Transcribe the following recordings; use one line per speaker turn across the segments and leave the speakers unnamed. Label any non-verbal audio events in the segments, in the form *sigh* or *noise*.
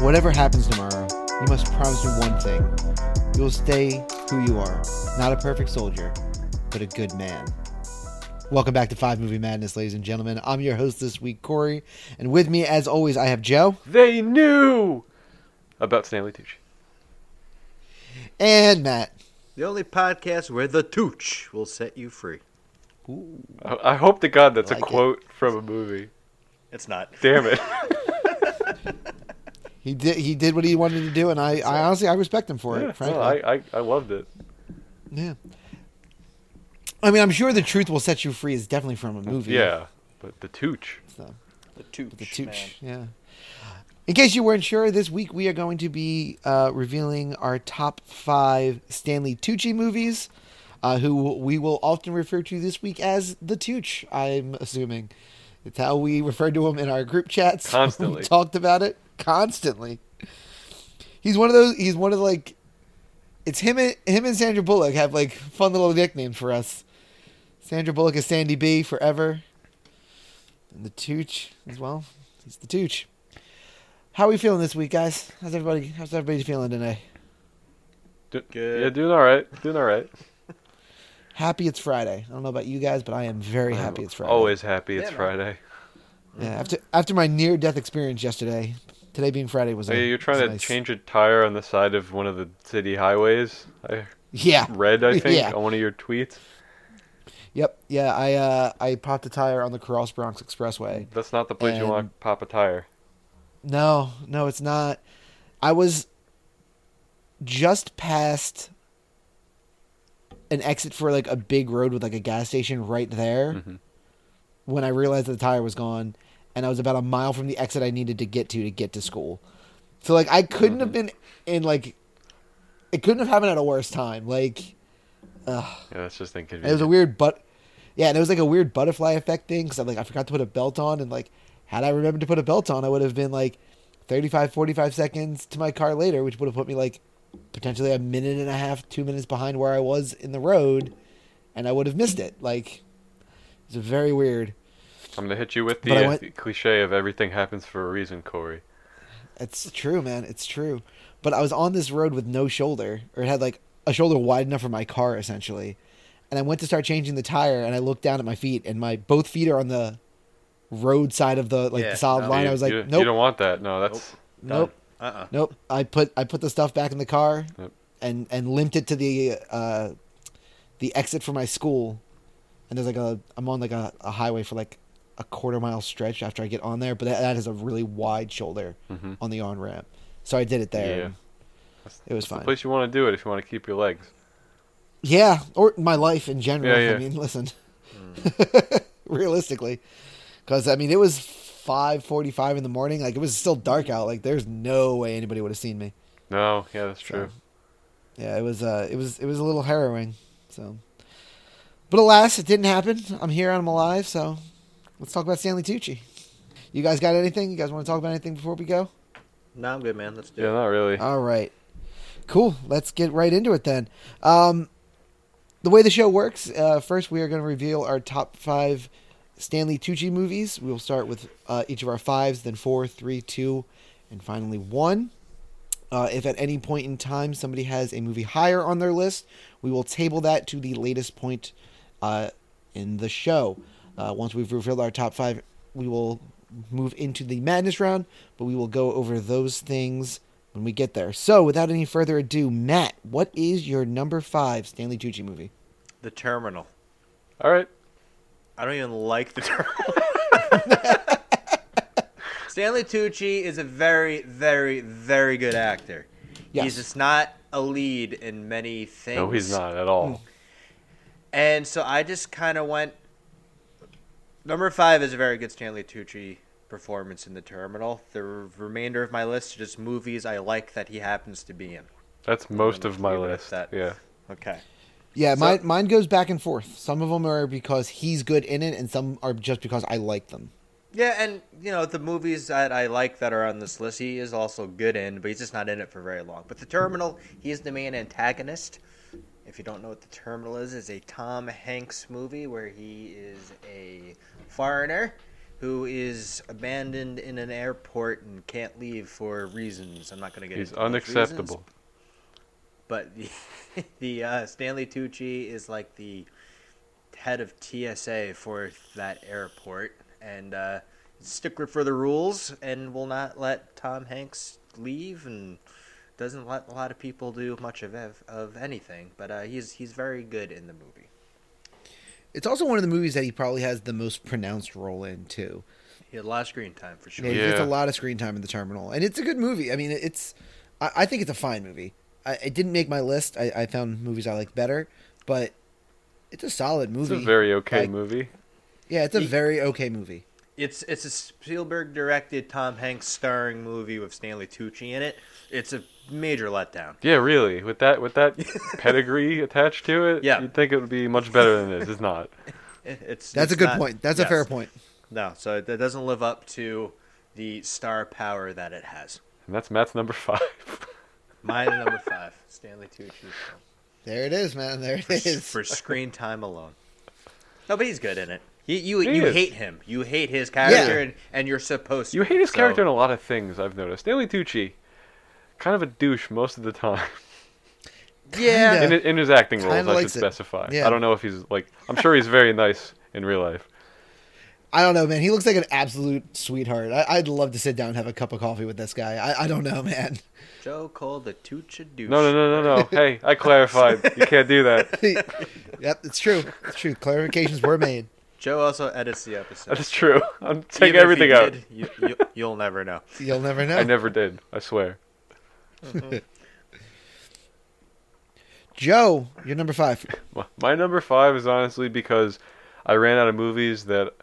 Whatever happens tomorrow, you must promise me one thing. You'll stay who you are. Not a perfect soldier, but a good man. Welcome back to Five Movie Madness, ladies and gentlemen. I'm your host this week, Corey. And with me, as always, I have Joe
They knew about Stanley Tucci.
and Matt.
The only podcast where the tooch will set you free.
I, I hope to God that's
Like
a
it.
quote from a movie.
It's not.
Damn it. *laughs*
He did he did what he wanted to do, and I, I honestly I respect him for
Yeah,
it, *laughs* frankly.
no, I, I, I loved it.
yeah. I mean, I'm sure the truth will set you free is definitely from a movie.
Yeah. But the Tooch.
So.
The tooch.
The Tooch, yeah. In case you weren't sure, this week we are going to be uh, revealing our top five Stanley Tucci movies, uh, who we will often refer to this week as the Tooch. I'm assuming it's how we referred to him in our group chats. *laughs* We
Constantly.
talked about it constantly. He's one of those. He's one of the, like, it's him and him and Sandra Bullock have like fun little nicknames for us. Sandra Bullock is Sandy B forever. And the Tooch as well. He's the Tooch. How are we feeling this week, guys? How's everybody? How's everybody feeling today?
Do-
Good.
Yeah, doing all right. Doing all right.
Happy it's Friday. I don't know about you guys, but I am very happy it's Friday.
Always happy it's
Yeah, man.
Friday.
Yeah, after after my near death experience yesterday, today being Friday was. a-
Hey, you're
was
trying
a
to
nice-
change a tire on the side of one of the city highways. I
Yeah.
read, I think,
*laughs* Yeah.
on one of your tweets.
Yep. Yeah. I uh I popped a tire on the Cross Bronx Expressway.
That's not the place you want to pop a tire.
No, no, it's not. I was just past an exit for like a big road with like a gas station right there when I realized that the tire was gone and I was about a mile from the exit I needed to get to to get to school. So like I couldn't have been in like it couldn't have happened at a worse time. Like
Yeah, that's just
and it was
inconvenient.
a weird but yeah, and it was like a weird butterfly effect thing because I like I forgot to put a belt on and like had I remembered to put a belt on, I would have been like 35, 45 seconds to my car later, which would have put me like potentially a minute and a half, two minutes behind where I was in the road, and I would have missed it. Like it's very weird.
I'm gonna hit you with
But I
the uh,
went-
cliche of everything happens for a reason, Corey.
It's true, man. It's true. But I was on this road with no shoulder, or it had like a shoulder wide enough for my car, essentially. And I went to start changing the tire, and I looked down at my feet, and my both feet are on the road side of the like
Yeah,
the solid
no.
line.
you,
I was like,
you, you don't
nope,
want that. No, that's
nope,
Uh-uh.
nope. I put I put the stuff back in the car,
Yep.
and and limped it to the uh, the exit for my school. And there's like a I'm on like a, a highway for like a quarter mile stretch after I get on there, but that, that is a really wide shoulder
Mhm.
on the on ramp. So I did it there.
Yeah.
and It was
that's the
fine.
place you want to do it if you want to keep your legs.
Yeah, or my life in general.
Yeah, Mm. yeah.
I mean, listen, *laughs* realistically, because I mean, it was five forty-five in the morning. Like it was still dark out. Like there's no way anybody would have seen me.
No, yeah, that's true.
Yeah, it was. Uh, it was. It was a little harrowing. So, but alas, it didn't happen. I'm here. and I'm alive. So, let's talk about Stanley Tucci. You guys got anything? You guys want to talk about anything before we go?
No, I'm good, man. Let's do
Yeah,
it.
not really.
All right. Cool. Let's get right into it then. Um, the way the show works uh, first, we are going to reveal our top five Stanley Tucci movies. We'll start with uh, each of our fives, then four, three, two, and finally one. Uh, if at any point in time somebody has a movie higher on their list, we will table that to the latest point uh, in the show. Uh, once we've revealed our top five, we will move into the madness round, but we will go over those things when we get there. So, without any further ado, Matt, what is your number five Stanley Tucci movie?
The terminal.
All right.
I don't even like the terminal. *laughs* Stanley Tucci is a very, very, very good actor.
Yes.
He's just not a lead in many things.
No, he's not at all.
And so I just kind of went. Number five is a very good Stanley Tucci performance in the terminal. The remainder of my list are just movies I like that he happens to be in.
That's most
gonna
of my
leave it at
list.
that.
Yeah.
Okay.
Yeah,
So-
mine, mine goes back and forth. Some of them are because he's good in it, and some are just because I like them.
Yeah, and you know the movies that I like that are on this list, he is also good in, but he's just not in it for very long. But the Terminal, he is the main antagonist. If you don't know what the Terminal is, it's a Tom Hanks movie where he is a foreigner who is abandoned in an airport and can't leave for reasons. I'm not going to get
He's
into those
unacceptable.
reasons, but the, *laughs* the uh, Stanley Tucci is like the head of TSA for that airport and uh, stickler for the rules and will not let Tom Hanks leave and doesn't let a lot of people do much of ev- of anything. But uh, he's he's very good in the movie.
It's also one of the movies that he probably has the most pronounced role in too.
He had a lot of screen time for sure.
Yeah, he gets a
Yeah.
lot of screen time in the terminal, and it's a good movie. I mean, it's I, I think it's a fine movie. I, it didn't make my list. I, I found movies I like better, but it's a solid
It's
movie.
a very okay
Like,
movie.
Yeah, it's a
He-
very okay movie.
It's it's a Spielberg directed Tom Hanks starring movie with Stanley Tucci in it. It's a major letdown.
Yeah, really. With that with
*laughs*
that pedigree attached to it,
Yeah.
you'd think it would be much better than this. It's not.
It- It's
That's
it's
a good
not-
point. That's a
yes.
fair point.
No, so it it doesn't live up to the star power that it has.
And that's Matt's number five. *laughs*
Mine at number five, Stanley Tucci
*laughs* There it is, man. There it
for,
is.
for screen time alone. No, but he's good in it. You you,
He
you
is.
hate him. You hate his character,
Yeah.
and, and you're supposed to.
You hate his
So,
character in a lot of things, I've noticed. Stanley Tucci, kind of a douche most of the time.
Yeah,
Kinda.
In, in his acting
Kinda
roles, I should
likes it.
specify.
Yeah.
I don't know if he's like. I'm sure he's very nice in real life.
I don't know, man. He looks like an absolute sweetheart. I, I'd love to sit down and have a cup of coffee with this guy. I, I don't know, man.
*laughs*
Joe called the Tucci douche.
No, no, no,
*laughs*
no, no. hey, I clarified. You can't do that. *laughs*
yep, it's true. It's true. Clarifications were made.
Joe also edits the episode.
That is true. I'm taking
Even if he
everything out.
did, you, you, you'll never know.
You'll never know.
I never did. I swear.
Joe, you're number five.
My- My number five is honestly because I ran out of movies that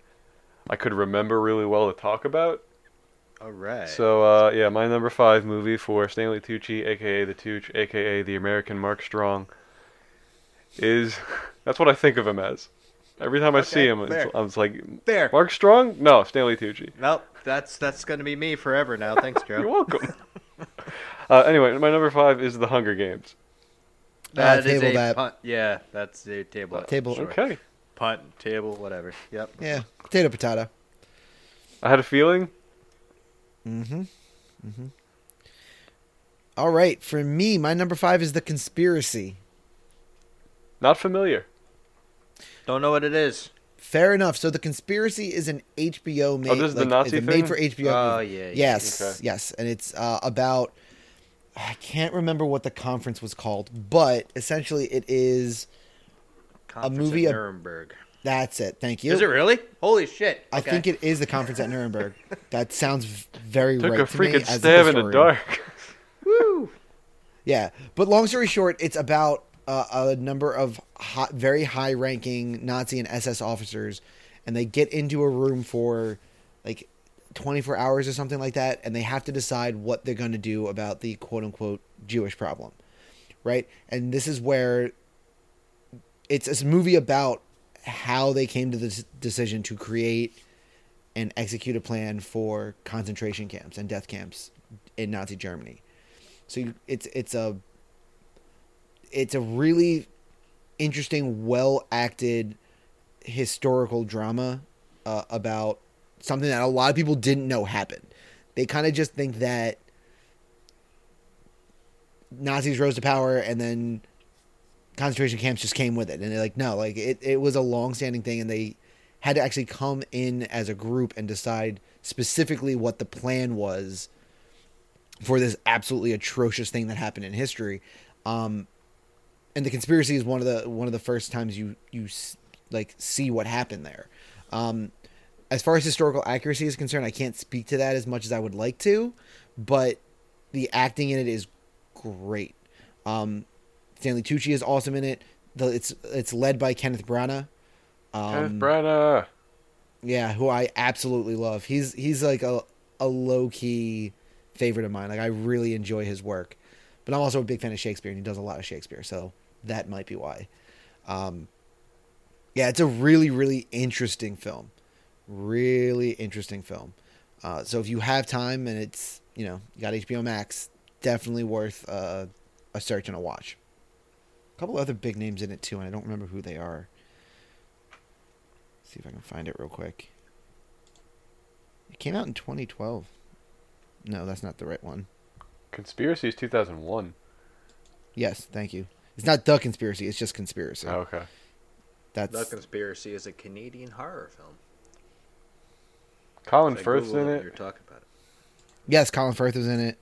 I could remember really well to talk about.
All right.
So uh, yeah, my number five movie for Stanley Tucci, aka the Tooch, aka the American Mark Strong, is *laughs* that's what I think of him as. Every time I see
Okay,
him, it's,
fair.
I'm just like
there.
Mark Strong? No, Stanley Tucci.
Nope. That's that's gonna be me forever now. Thanks,
*laughs*
Joe.
You're welcome. uh, anyway, my number five is The Hunger Games.
Uh,
That is
table
a
that.
punt. Yeah, that's a table.
Table.
sure.
Okay,
Punt, table, whatever. Yep.
Yeah, potato, potato.
I had a feeling.
Mm-hmm. Mm-hmm. All right, for me, my number five is The Conspiracy.
Not familiar.
Don't know what it is.
Fair enough. So The Conspiracy is an HBO made.
Oh, this is the Nazi
it's a
thing?
made for HBO.
Oh,
movie.
yeah, yeah.
Yes,
Okay.
yes, and it's uh, about. I can't remember what the conference was called, but essentially it is.
Conference
movie
at
ab-
Nuremberg.
That's it. Thank you.
Is it really? Holy shit!
I think it is the conference at Nuremberg. that sounds v- very
Took
right
a
to me
freaking
as a
stab in the
historian.
dark.
Woo.
Yeah, but long story short, it's about uh, a number of hot, very high-ranking Nazi and SS officers, and they get into a room for like 24 hours or something like that, and they have to decide what they're going to do about the quote-unquote Jewish problem, right? And this is where it's it's a movie about how they came to this decision to create and execute a plan for concentration camps and death camps in Nazi Germany. So you, it's it's a it's a really interesting, well acted historical drama uh, about something that a lot of people didn't know happened. They kind of just think that Nazis rose to power and then concentration camps just came with it. And they're like, no, like it, it was a long standing thing and they had to actually come in as a group and decide specifically what the plan was for this absolutely atrocious thing that happened in history. Um, and the conspiracy is one of the one of the first times you you s- like see what happened there. Um, as far as historical accuracy is concerned, I can't speak to that as much as I would like to, but the acting in it is great. Um, Stanley Tucci is awesome in it. The, it's it's led by Kenneth Branagh. *laughs* Um,
Kenneth Branagh.
yeah, who I absolutely love. He's he's like a a low key favorite of mine. Like I really enjoy his work, but I'm also a big fan of Shakespeare, and he does a lot of Shakespeare, so that might be why. Um, yeah, it's a really really interesting film, really interesting film. Uh, so if you have time and it's you know you got HBO Max, definitely worth uh, a search and a watch. A couple other big names in it too, and I don't remember who they are. See if I can find it real quick. It came out in 2012. No, that's not the right one.
Conspiracy is 2001.
Yes, thank you. It's not the conspiracy. It's just conspiracy.
Oh, okay.
That's
The Conspiracy is a Canadian horror film.
Colin
If I
Firth's
Google
in
You're
it.
talking about it.
yes. Colin Firth was in it.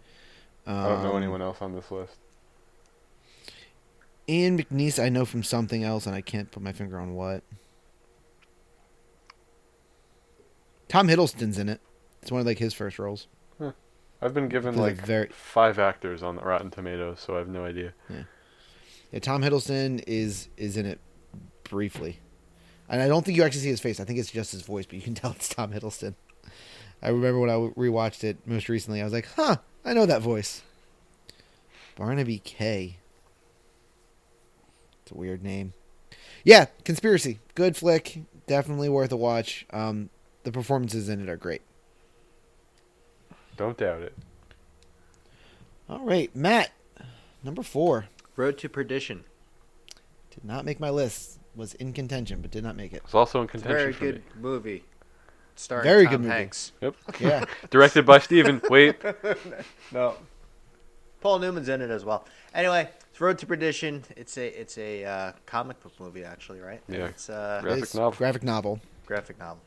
Um,
I don't know anyone else on this list.
Ian McNeice, I know from something else, and I can't put my finger on what. Tom Hiddleston's in it. It's one of like his first roles.
I've been given
There's a
like
very-
five actors on Rotten Tomatoes, so I have no idea.
Yeah, Tom Hiddleston is is in it briefly, and I don't think you actually see his face. I think it's just his voice, but you can *laughs* tell it's Tom Hiddleston. I remember when I rewatched it most recently, I was like, "Huh, I know that voice." Barnaby K. It's a weird name. Yeah, conspiracy. Good flick. Definitely worth a watch. Um, the performances in it are great.
Don't doubt it.
All right, Matt, number four
Road to Perdition.
did not make my list. Was in contention, but did not
*laughs*
make it.
It's also in
It's a
contention
very
for
good
me.
movie. Starring
Very
Tom
good movie.
Hanks.
Yeah.
Directed by
*laughs*
Steven. Wait,
No. Paul Newman's in it as well. Anyway, it's Road to Perdition. It's a it's a uh, comic book movie actually, right?
Yeah.
It's a
Graphic
It's
novel.
Graphic novel.
graphic novel.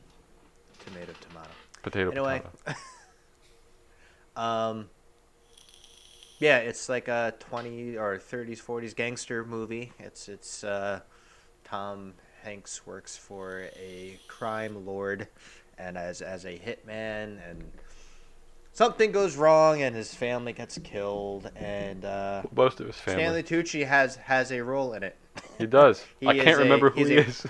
Tomato tomato.
potato.
Anyway.
potato.
*laughs* Um Yeah, it's like a 20 or 30s 40s gangster movie. It's it's uh Tom Hanks works for a crime lord and as as a hitman and something goes wrong and his family gets killed and uh
Most of his family.
Stanley Tucci has has a role in it.
He does.
He
I
is
can't
a-
remember who
he's
he
a-
is.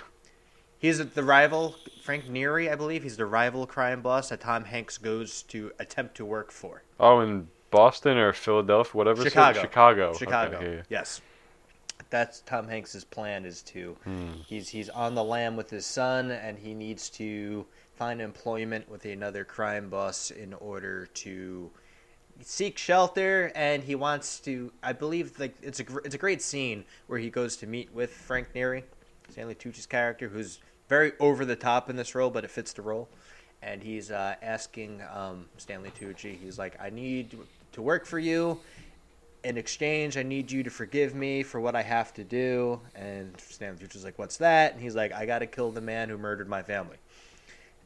He's the rival Frank Neary, I believe. He's the rival crime boss that Tom Hanks goes to attempt to work for.
Oh, in Boston or Philadelphia, whatever. city-
Chicago.
Chicago.
Chicago.
Okay, yeah, yeah.
Yes. That's Tom Hanks's plan is to
Hmm.
he's he's on the lam with his son and he needs to find employment with another crime boss in order to seek shelter and he wants to I believe like it's a gr- it's a great scene where he goes to meet with Frank Neary, Stanley Tucci's character who's very over the top in this role but it fits the role and he's uh, asking um, Stanley Tucci he's like I need to work for you in exchange, I need you to forgive me for what I have to do. And Stanley Tucci's like, what's that? And he's like, I got to kill the man who murdered my family.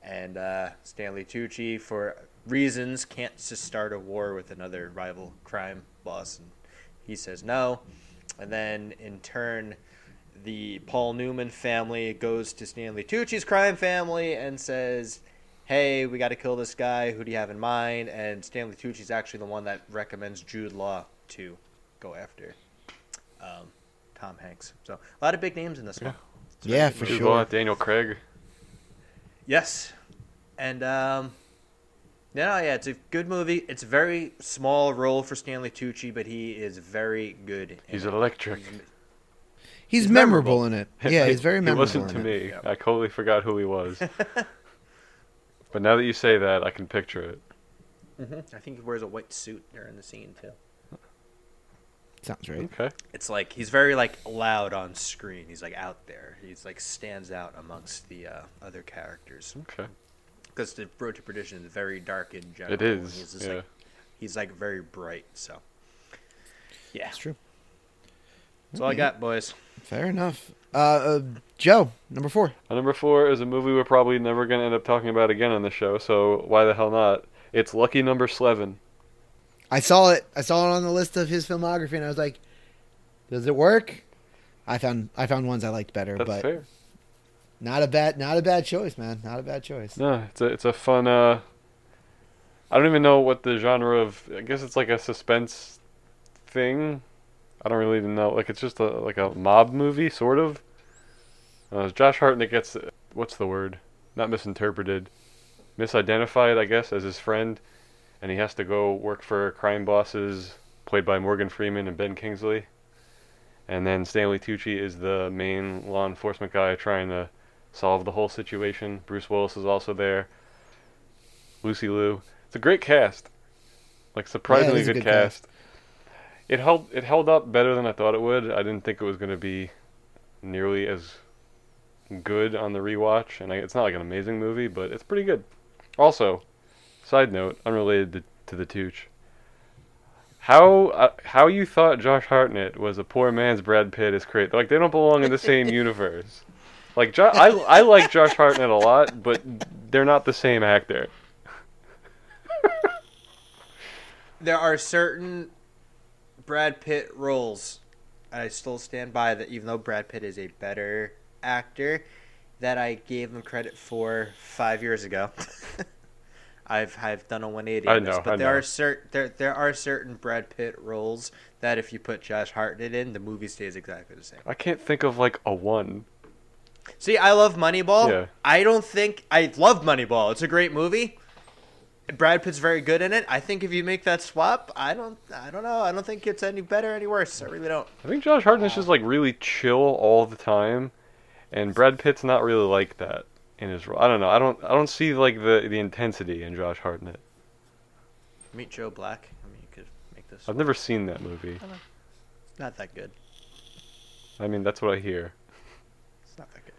And uh, Stanley Tucci, for reasons, can't just start a war with another rival crime boss. And he says no. And then, in turn, the Paul Newman family goes to Stanley Tucci's crime family and says, hey, we got to kill this guy. Who do you have in mind? And Stanley Tucci's actually the one that recommends Jude Law to go after um, Tom Hanks. So a lot of big names in this one. It's a very
Yeah,
good
for
movie.
Dude,
sure.
well, Daniel Craig.
Yes, and um, no, no, yeah, it's a good movie. It's a very small role for Stanley Tucci, but he is very good. in
He's
it.
electric.
He's,
He's
memorable, in it. Yeah,
He-
he's very memorable.
*laughs* He wasn't
in
to
it.
me.
Yeah.
I totally forgot who he
*laughs*
was. but now that you say that, I can picture it.
Mhm. I think he wears a white suit during the scene too.
Sounds right.
Okay.
It's like he's very like loud on screen. He's like out there. He's like stands out amongst the uh, other characters
Okay.
because the Road to Perdition is very dark in general.
It
and
is,
He's just
yeah.
like he's like very bright. So yeah,
That's true.
that's all I got, boys.
Fair enough. Uh, uh, Joe, number four.
My number four is a movie we're probably never going to end up talking about again on the show, so why the hell not? It's Lucky Number Eleven.
I saw it. I saw it on the list of his filmography, and I was like, "Does it work?" I found I found ones I liked better,
That's
but
fair.
not a bad not a bad choice, man. Not a bad choice.
No, it's a it's a fun. Uh, I don't even know what the genre of. I guess it's like a suspense thing. I don't really even know. Like it's just a like a mob movie, sort of. Uh, Josh Hartnett gets what's the word? Not misinterpreted, misidentified, I guess, as his friend, and he has to go work for crime bosses played by Morgan Freeman and Ben Kingsley. And then Stanley Tucci is the main law enforcement guy trying to solve the whole situation. Bruce Willis is also there. Lucy Liu. It's a great cast. Like surprisingly
is a
good,
good
cast. It held it held up better than I thought it would. I didn't think it was going to be nearly as good on the rewatch and I, it's not like an amazing movie, but it's pretty good. Also, Side note, unrelated to, to the Tooch. How uh, how you thought Josh Hartnett was a poor man's Brad Pitt is crazy. Like they don't belong in the same universe. Like jo- I I like Josh Hartnett a lot, but they're not the same actor.
There are certain Brad Pitt roles, and I still stand by that. Even though Brad Pitt is a better actor, that I gave him credit for five years ago. *laughs* I've I've done a 180.
I
on this,
know,
but
I
there
know.
are certain there there are certain Brad Pitt roles that if you put Josh Hartnett in, the movie stays exactly the same.
I can't think of like a one.
See, I love Moneyball.
Yeah.
I don't think I love Moneyball. It's a great movie. Brad Pitt's very good in it. I think if you make that swap, I don't I don't know. I don't think it's any better any worse. I really don't.
I think Josh Hartnett's just like really chill all the time, and Brad Pitt's not really like that in his role. I don't know. I don't I don't see like the the intensity in Josh Hartnett.
Meet Joe Black. I mean, you could make this
I've never seen that movie.
It's not that good.
I mean, that's what I hear.
It's not that good.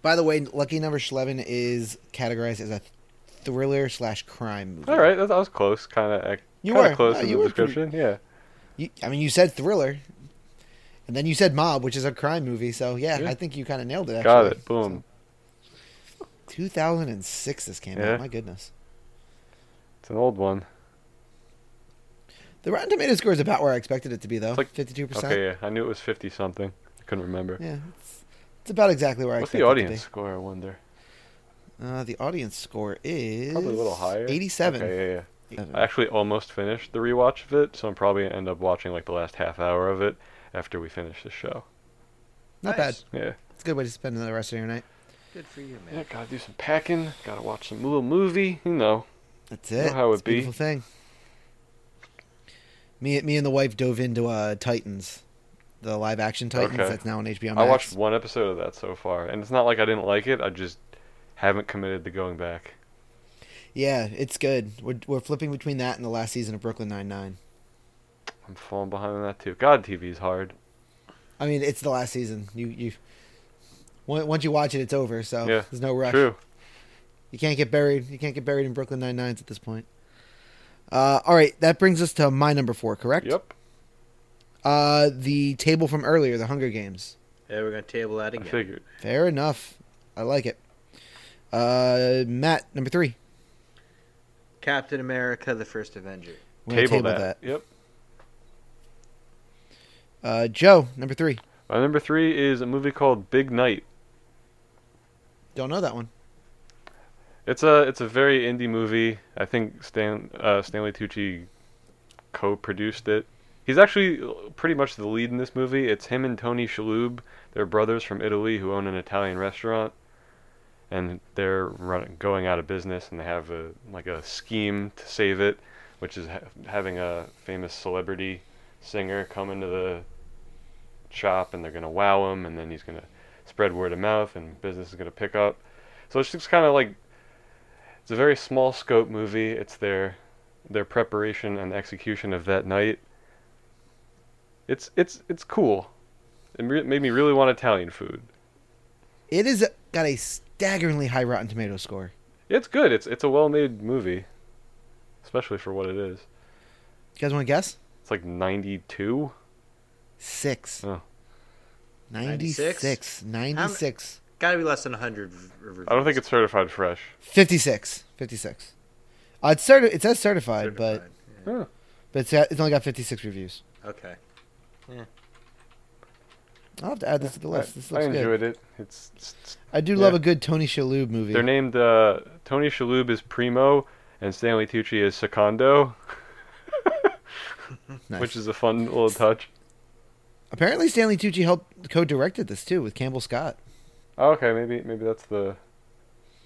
By the way, lucky number eleven is categorized as a thriller slash crime movie.
All right, that, that was close, kind of.
You
kinda
were.
close
No,
in
you
the
were pretty-
description. Yeah,
You, I mean, you said thriller, and then you said mob, which is a crime movie. So yeah,
Yeah.
I think you kind of nailed it. Actually.
got it. Boom.
2006. This came
Yeah.
out. My goodness.
It's an old one.
The Rotten Tomato score is about where I expected it to be, though.
It's like-
52. percent
Okay, yeah, I knew it was fifty something. I couldn't remember.
Yeah, it's, it's about exactly where
What's
I
the
expected
audience score? I wonder.
it to be. Uh, the audience score is
Probably a little higher.
87.
Okay, yeah, yeah.
Seven.
I actually almost finished the rewatch of it, so I'm probably gonna end up watching like the last half hour of it after we finish the show.
Not
Nice.
bad.
Yeah.
It's a good way to spend the rest of your night.
Good for you,
Yeah,
man.
gotta do some packing. Gotta watch some little movie. You know.
That's
know
it.
how it
it's a
be.
beautiful thing. Me, me, and the wife dove into uh, Titans, the live action Titans
Okay.
that's now on HBO Max.
I watched one episode of that so far, and it's not like I didn't like it. I just haven't committed to going back.
Yeah, it's good. We're we're flipping between that and the last season of Brooklyn Nine Nine.
I'm falling behind on that too. God, TV's hard.
I mean, it's the last season. You you. on- Once you watch it, it's over. So
Yeah,
there's no rush.
True.
You can't get buried. You can't get buried in Brooklyn Nine Nines at this point. Uh, all right, that brings us to my number four, correct?
Yep.
Uh, the table from earlier, the Hunger Games.
Yeah, we're gonna table that
I
again.
figured.
Fair enough. I like it. Uh, Matt, number three.
Captain America: The First Avenger.
We're gonna
Yep.
that. Uh, Joe, number three.
My number three is a movie called Big Night.
Don't know that one.
It's a it's a very indie movie. I think Stan uh, Stanley Tucci co-produced it. He's actually pretty much the lead in this movie. It's him and Tony Shalhoub. They're brothers from Italy who own an Italian restaurant, and they're run, going out of business. And they have a like a scheme to save it, which is ha- having a famous celebrity singer come into the shop, and they're gonna wow him, and then he's gonna spread word of mouth, and business is gonna pick up. So it's just kind of like it's a very small scope movie. It's their their preparation and execution of that night. It's it's it's cool. It re- made me really want Italian food.
It is got a staggeringly high Rotten Tomato score.
It's good. It's it's a well-made movie, especially for what it is.
You guys want to guess?
It's like 92.
Six.
Oh.
96. 96.
Gotta be less than 100 v- reviews.
I don't think it's certified fresh.
56. 56. Uh, it's certi- it says certified, but
Certified.
but it's, got- it's only got 56 reviews.
Okay.
I'll have to add this to the list. This
I, I
looks good.
enjoyed it. It's, it's
I do
Yeah.
love a good Tony Shalhoub movie.
they're named uh, Tony Shalhoub is Primo and Stanley Tucci is Secondo, *laughs*
Nice.
which is a fun little touch.
Apparently, Stanley Tucci helped co-directed this too with Campbell Scott.
Oh, okay, maybe maybe that's the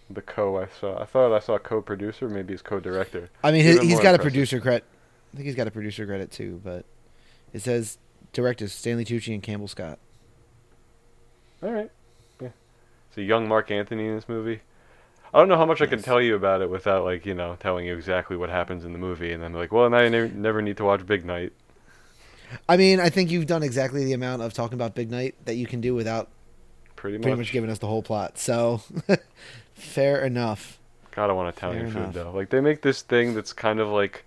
the co I saw. I thought I saw co-producer. Maybe it's co-director.
I mean, he,
Even
he's
more
got a
impressive.
producer credit. I think he's got a producer credit too, but it says directors Stanley Tucci and Campbell Scott.
All right, yeah. It's a young Mark Anthony in this movie. I don't know how much I can
Nice.
tell you about it without like you know telling you exactly what happens in the movie, and then be like, well, now you never, never need to watch Big Night.
I mean, I think you've done exactly the amount of talking about Big Night that you can do without
Pretty much.
pretty much giving us the whole plot. So, *laughs* fair enough.
God, I want Italian
Fair
food
enough.
though. Like they make this thing that's kind of like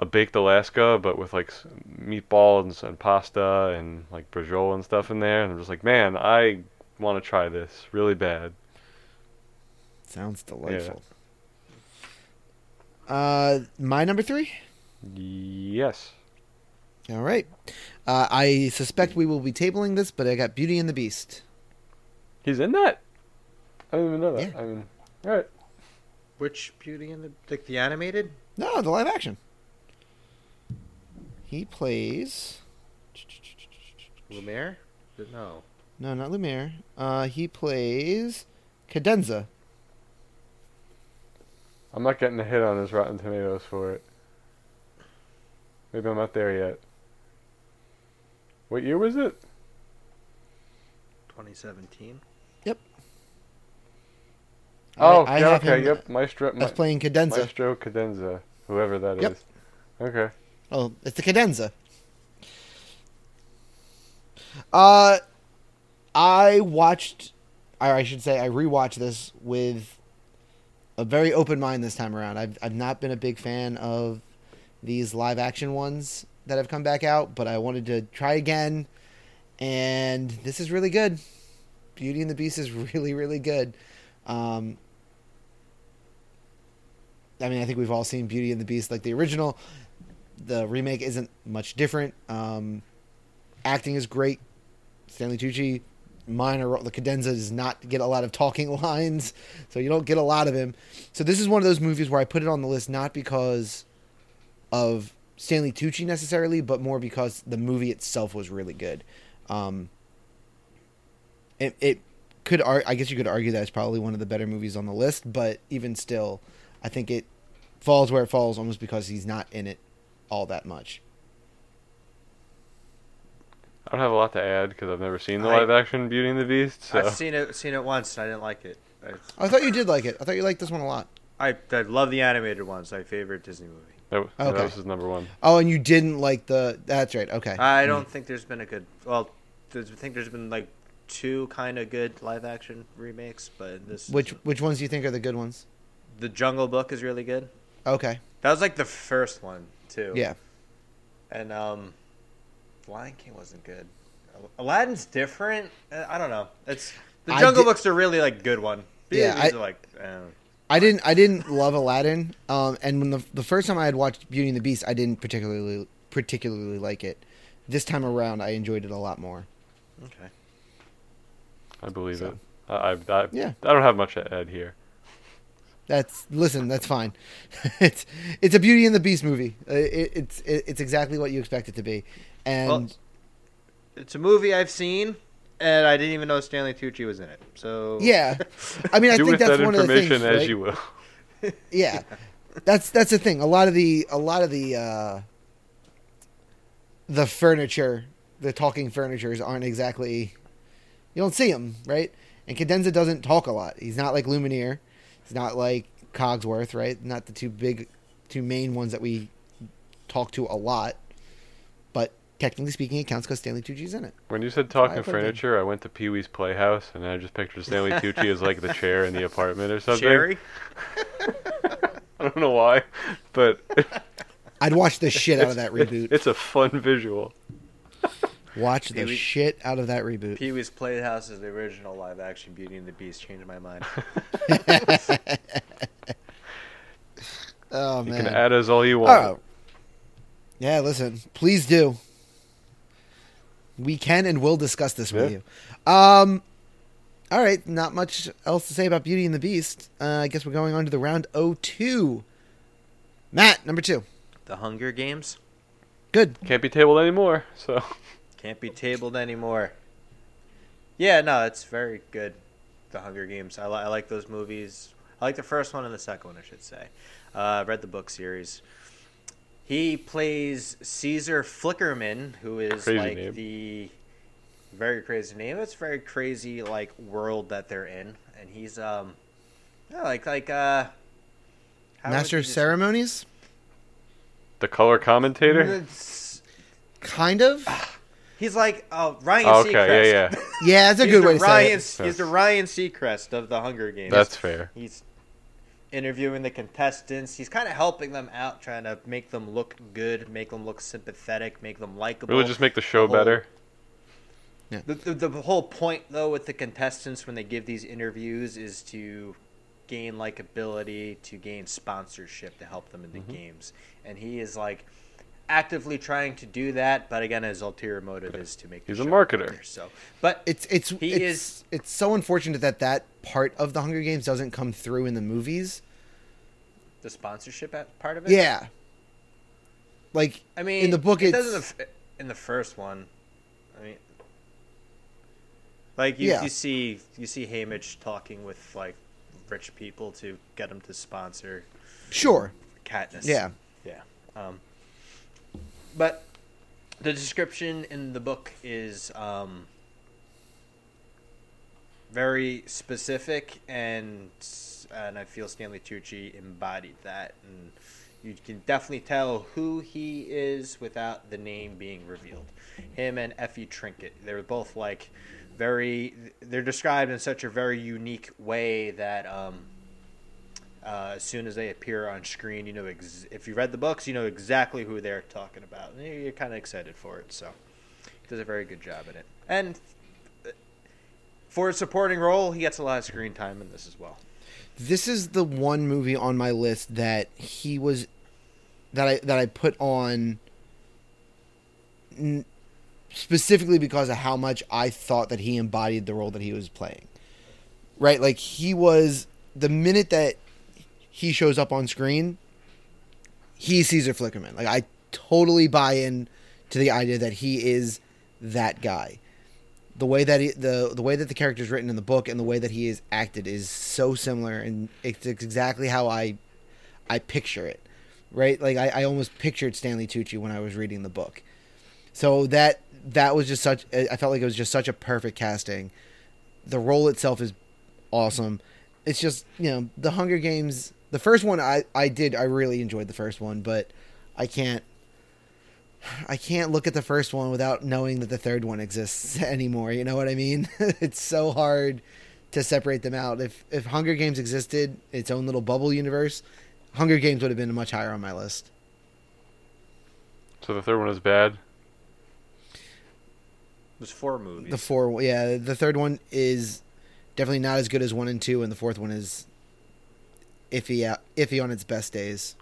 a baked Alaska, but with like s- meatballs and, s- and pasta and like brujol and stuff in there. And I'm just like, man, I want to try this really bad.
Sounds delightful. Uh, my number three.
Yes.
All right. Uh, I suspect we will be tabling this, but I got Beauty and the Beast.
He's in that. I didn't even know that.
Yeah.
I mean, all right.
Which Beauty and the like the animated?
No, the live action. He plays.
Lumiere? No.
No, not Lumiere. Uh, he plays Cadenza.
I'm not getting a hit on this Rotten Tomatoes for it. Maybe I'm not there yet. What year was it?
2017.
Oh,
I, I
yeah,
have
okay,
him
yep. Maestro,
as playing Cadenza.
Maestro Cadenza, whoever that is.
Yep.
Okay.
Oh, it's the cadenza. Uh, I watched, or I should say, I rewatched this with a very open mind this time around. I've I've not been a big fan of these live action ones that have come back out, but I wanted to try again, and this is really good. Beauty and the Beast is *laughs* really really good. Um, I mean, I think we've all seen Beauty and the Beast, like the original the remake isn't much different. Um, acting is great. Stanley Tucci, minor role. The cadenza does not get a lot of talking *laughs* lines, so you don't get a lot of him. So this is one of those movies where I put it on the list not because of Stanley Tucci necessarily, but more because the movie itself was really good. Um, it, it could, ar- I guess, you could argue that it's probably one of the better movies on the list, but even still, I think it falls where it falls almost because he's not in it all that much.
I don't have a lot to add because I've never seen the
I-
live action Beauty and the Beast. So.
I've seen it seen it once and I didn't like it. I,
Oh, I thought you did like it. I thought you liked this one a lot.
I, I love the animated ones. My favorite Disney movie.
That, was-
Okay.
that was his number one.
Oh, and you didn't like the. That's right. Okay.
I
*laughs*
don't think there's been a good. Well, there's, I think there's been like two kind of good live action remakes, but this
Which
isn't-
which ones do you think are the good ones?
the Jungle Book is really good.
Okay.
That was like the first one too.
Yeah.
And um, Lion King wasn't good. Al- Aladdin's different. Uh, I don't know. It's the
I
Jungle
did-
Book's a really like good one.
Yeah,
These
I-
are like eh.
I didn't I didn't love Aladdin. Um, and when the the first time I had watched Beauty and the Beast, I didn't particularly particularly like it. This time around, I enjoyed it a lot more.
okay.
I believe
So.
it. I, I, I,
Yeah.
I don't have much to add here.
That's listen. That's fine. *laughs* it's it's a Beauty and the Beast movie. Uh, It, it's it, it's exactly what you expect it to be, and
Well, it's a movie I've seen, and I didn't even know Stanley Tucci was in it. So
yeah, I mean I
*laughs* Do
think
with
that's
that
one of the things.
information as
right?
you will.
yeah. That's that's the thing. A lot of the a lot of the uh, the furniture, the talking furnitures aren't exactly you don't see them, right? And Cadenza doesn't talk a lot. He's not like Lumineer. He's not like Cogsworth, right? Not the two big two main ones that we talk to a lot. But technically speaking, it counts because Stanley Tucci's in it.
When you said
why I
talking
put it in.
furniture, I went to Pee Wee's Playhouse and I just
*laughs*
pictured Stanley Tucci as like the chair in the apartment or something.
Cherry.
*laughs* I don't know why,
*laughs*
but
I'd watch the shit out of that reboot.
*laughs* it's a fun visual.
Watch the
Pee-wee-
shit out of that reboot.
Pee Wee's Playhouse is the original live action Beauty and the Beast. Changed my mind.
*laughs* oh
You
man.
can add us all you want.
Oh. Yeah, listen, please do. We can and will discuss this with
Yeah.
you. Um, all right, not much else to say about Beauty and the Beast. Uh, I guess we're going on to the round 02. Matt, number two.
the Hunger Games
Good.
Can't be tabled anymore. So *laughs*
can't be tabled anymore. Yeah, no, it's very good. The Hunger Games. I, li- I like those movies. I like the first one and the second one, I should say. Uh, I read the book series. He plays Caesar Flickerman, who is
Crazy
like
name.
the very crazy name. It's a very crazy like world that they're in, and he's um, yeah, like like uh, how would
Master
you
of
des-
Ceremonies?
the color commentator.
It's-
Kind of.
He's like uh, Ryan
Oh, Okay,
Seacrest.
yeah, yeah.
*laughs*
Yeah, that's a
he's
good
the
way to
Ryan,
say it.
He's the Ryan Seacrest of the Hunger Games.
That's fair.
he's interviewing the contestants. He's kind of helping them out, trying to make them look good, make them look sympathetic, make them likable.
Really, just make the show
whole-
better.
The, the, the whole point, though, with the contestants when they give these interviews is to gain likability, to gain sponsorship to help them in the
Mm-hmm.
games. And he is like actively trying to do that, but again, his ulterior motive is to make the
He's a
show
marketer.
better, so, but
It's it's
He
it's,
is-
it's so unfortunate that that part of the Hunger Games doesn't come through in the movies.
the sponsorship at- part of it.
Yeah. Like
I mean,
in the book
it
it's
doesn't. aff- In the first one, I mean, like you,
Yeah.
you see, you see Hamish talking with like rich people to get him to sponsor
sure.
Katniss.
Yeah.
yeah. Um, but the description in the book is um, very specific, and and I feel Stanley Tucci embodied that, and you can definitely tell who he is without the name being revealed. Him and Effie Trinket, they were both like very. They're described in such a very unique way that. Um, uh, as soon as they appear on screen, you know, ex- if you read the books, you know exactly who they're talking about. And you're kind of excited for it, so he does a very good job in it. And uh, for a supporting role, he gets a lot of screen time in this as well.
This is the one movie on my list that he was that I that I put on n- specifically because of how much I thought that he embodied the role that he was playing. Right? Like he was the minute that he shows up on screen, he's Caesar Flickerman. Like I totally buy in to the idea that he is that guy. The way that he, the the way that the character is written in the book and the way that he is acted is so similar, and it's exactly how I I picture it. Right, like I, I almost pictured Stanley Tucci when I was reading the book. So that that was just such. I felt like it was just such a perfect casting. The role itself is awesome. It's just you know the Hunger Games. The first one I I did I really enjoyed the first one, but I can't. I can't look at the first one without knowing that the third one exists *laughs* anymore. You know what I mean? *laughs* it's so hard to separate them out. If if Hunger Games existed, its own little bubble universe, Hunger Games would have been much higher on my list.
So the third one is bad.
There's four movies.
The four, yeah, the third one is definitely not as good as one and two, and the fourth one is iffy, out, iffy on its best days.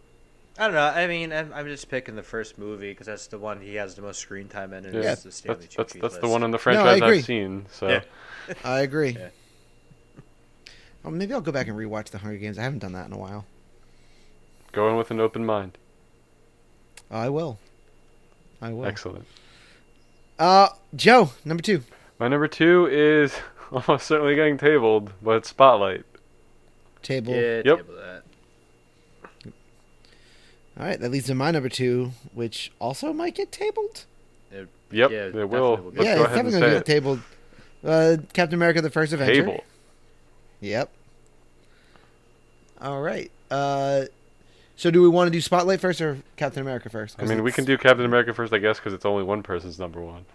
I don't know. I mean, I'm, I'm just picking the first movie because that's the one he has the most screen time in. And
Yeah.
it's the
That's
Stanley
that's, that's,
Tucci
the
list.
one uh, on the franchise
agree.
I've seen. So
Yeah.
I agree.
Yeah.
Oh, maybe I'll go back and rewatch the Hunger Games. I haven't done that in a while.
go in with an open mind.
Oh, I will. I will.
Excellent.
Uh, Joe, number two.
My number two is *laughs* almost certainly getting tabled, but Spotlight.
Table.
Yeah,
Yep.
table that.
All right, that leads to my number two, which also might get tabled.
It-
Yep,
yeah,
it
definitely
will.
will
Let's
get-
yeah,
go
it's
ahead
definitely
and
gonna
say
get tabled. Uh, Captain America: The First Avenger.
Table.
Yep. All right. Uh, so do we want to do Spotlight first or Captain America first?
I
'Cause
mean, we
it's-
can do Captain America first, I guess, because it's only one person's number one.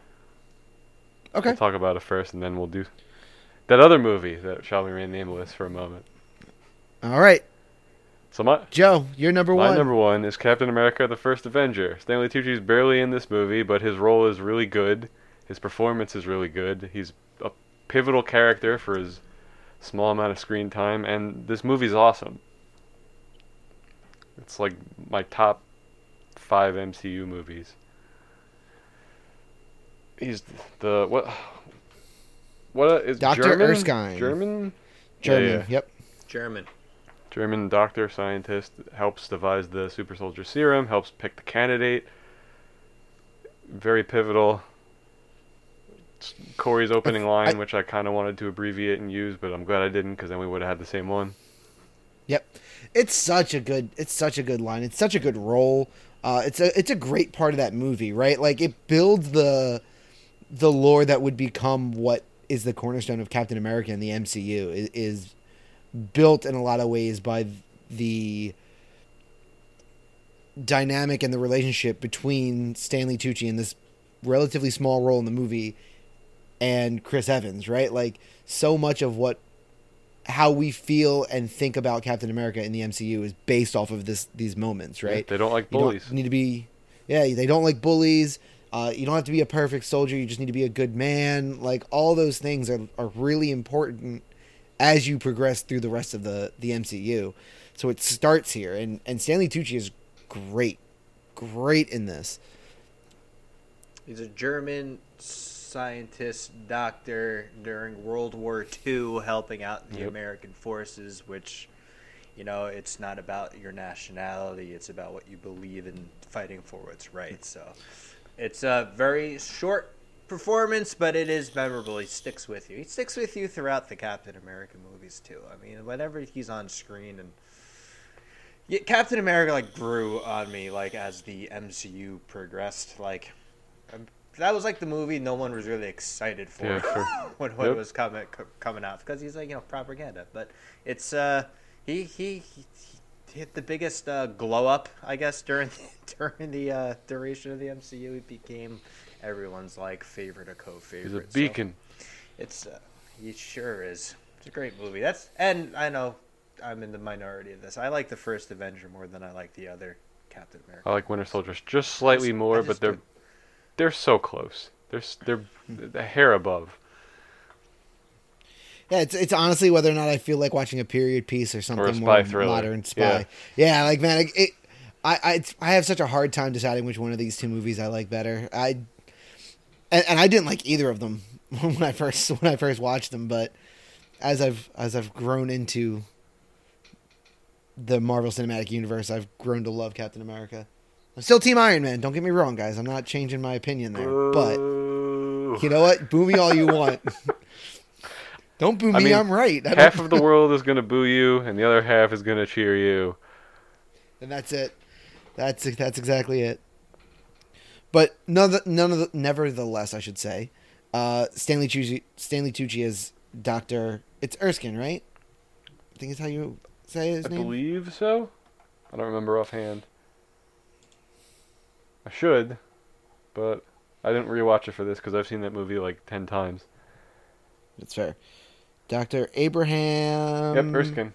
Okay.
We'll talk about it first, and then we'll do that other movie that shall remain nameless for a moment.
All right,
So my
Joe, you're number
my
one.
number one is Captain America: The First Avenger. Stanley Tucci's barely in this movie, but his role is really good. His performance is really good. He's a pivotal character for his small amount of screen time, and this movie's awesome. It's like my top five MCU movies. He's the what? What is
Dr.
German?
Erskine.
German.
German.
Yeah, yeah.
Yep.
German.
German doctor scientist helps devise the super soldier serum, helps pick the candidate. Very pivotal. It's Corey's opening line,
I-
which I kind of wanted to abbreviate and use, but I'm glad I didn't because then we would have had the same one.
Yep. It's such a good it's such a good line. It's such a good role. Uh, it's a it's a great part of that movie, right? Like it builds the the lore that would become what is the cornerstone of Captain America in the MCU is, is built in a lot of ways by the dynamic and the relationship between Stanley Tucci in this relatively small role in the movie and Chris Evans, right? Like so much of what how we feel and think about Captain America in the MCU is based off of this these moments, right?
They don't like
You don't
bullies.
need to be, yeah. They don't like bullies. Uh, you don't have to be a perfect soldier. You just need to be a good man. Like all those things are, are really important as you progress through the rest of the the MCU. So it starts here, and and Stanley Tucci is great, great in this.
He's a German scientist doctor during World War II helping out the
Yep.
American forces, which, you know, it's not about your nationality, it's about what you believe in fighting for what's right. So it's a very short performance, but it is memorable. He sticks with you. He sticks with you throughout the Captain America movies, too. I mean, whenever he's on screen and yeah, Captain America like grew on me like as the MCU progressed. Like um, that was like the movie no one was really excited for
Yeah, sure.
when, when
Yep.
it was coming co- coming out because he's like you know propaganda. But it's uh he he, he he hit the biggest uh, glow up I guess during *laughs* the, during the uh, duration of the MCU. He became everyone's like favorite or co-favorite.
He's a
so-
beacon.
it's uh, it sure is. It's a great movie. That's and I know I'm in the minority of this. I like the first Avenger more than I like the other Captain America.
I like Winter Soldiers just slightly
just- I
more,
just
but they're
don't-
they're so close. They're s- they're a hair above.
Yeah, it's it's honestly whether or not I feel like watching a period piece or something
spy
more
thriller.
modern spy. Yeah, like man, it, it I I, it's, I have such a hard time deciding which one of these two movies I like better. I and, and I didn't like either of them *laughs* when I first when I first watched them, but as I've as I've grown into the Marvel Cinematic Universe, I've grown to love Captain America. I'm still Team Iron Man. Don't get me wrong, guys. I'm not changing my opinion there, but.
Boo.
You know what? Boo me
*laughs*
all you want. *laughs* Don't boo me.
I mean,
I'm right. I don't-
half of the world is gonna boo you, and the other half is gonna cheer you.
and that's it. That's that's exactly it. But none of the, none of the, nevertheless, I should say, uh, Stanley Tucci Stanley Tucci is Doctor. It's Erskine, right? I think is how you say his
I
name.
believe so. I don't remember offhand. I should, but I didn't rewatch it for this because I've seen that movie like ten times.
That's fair. Doctor Abraham.
yep, Erskine,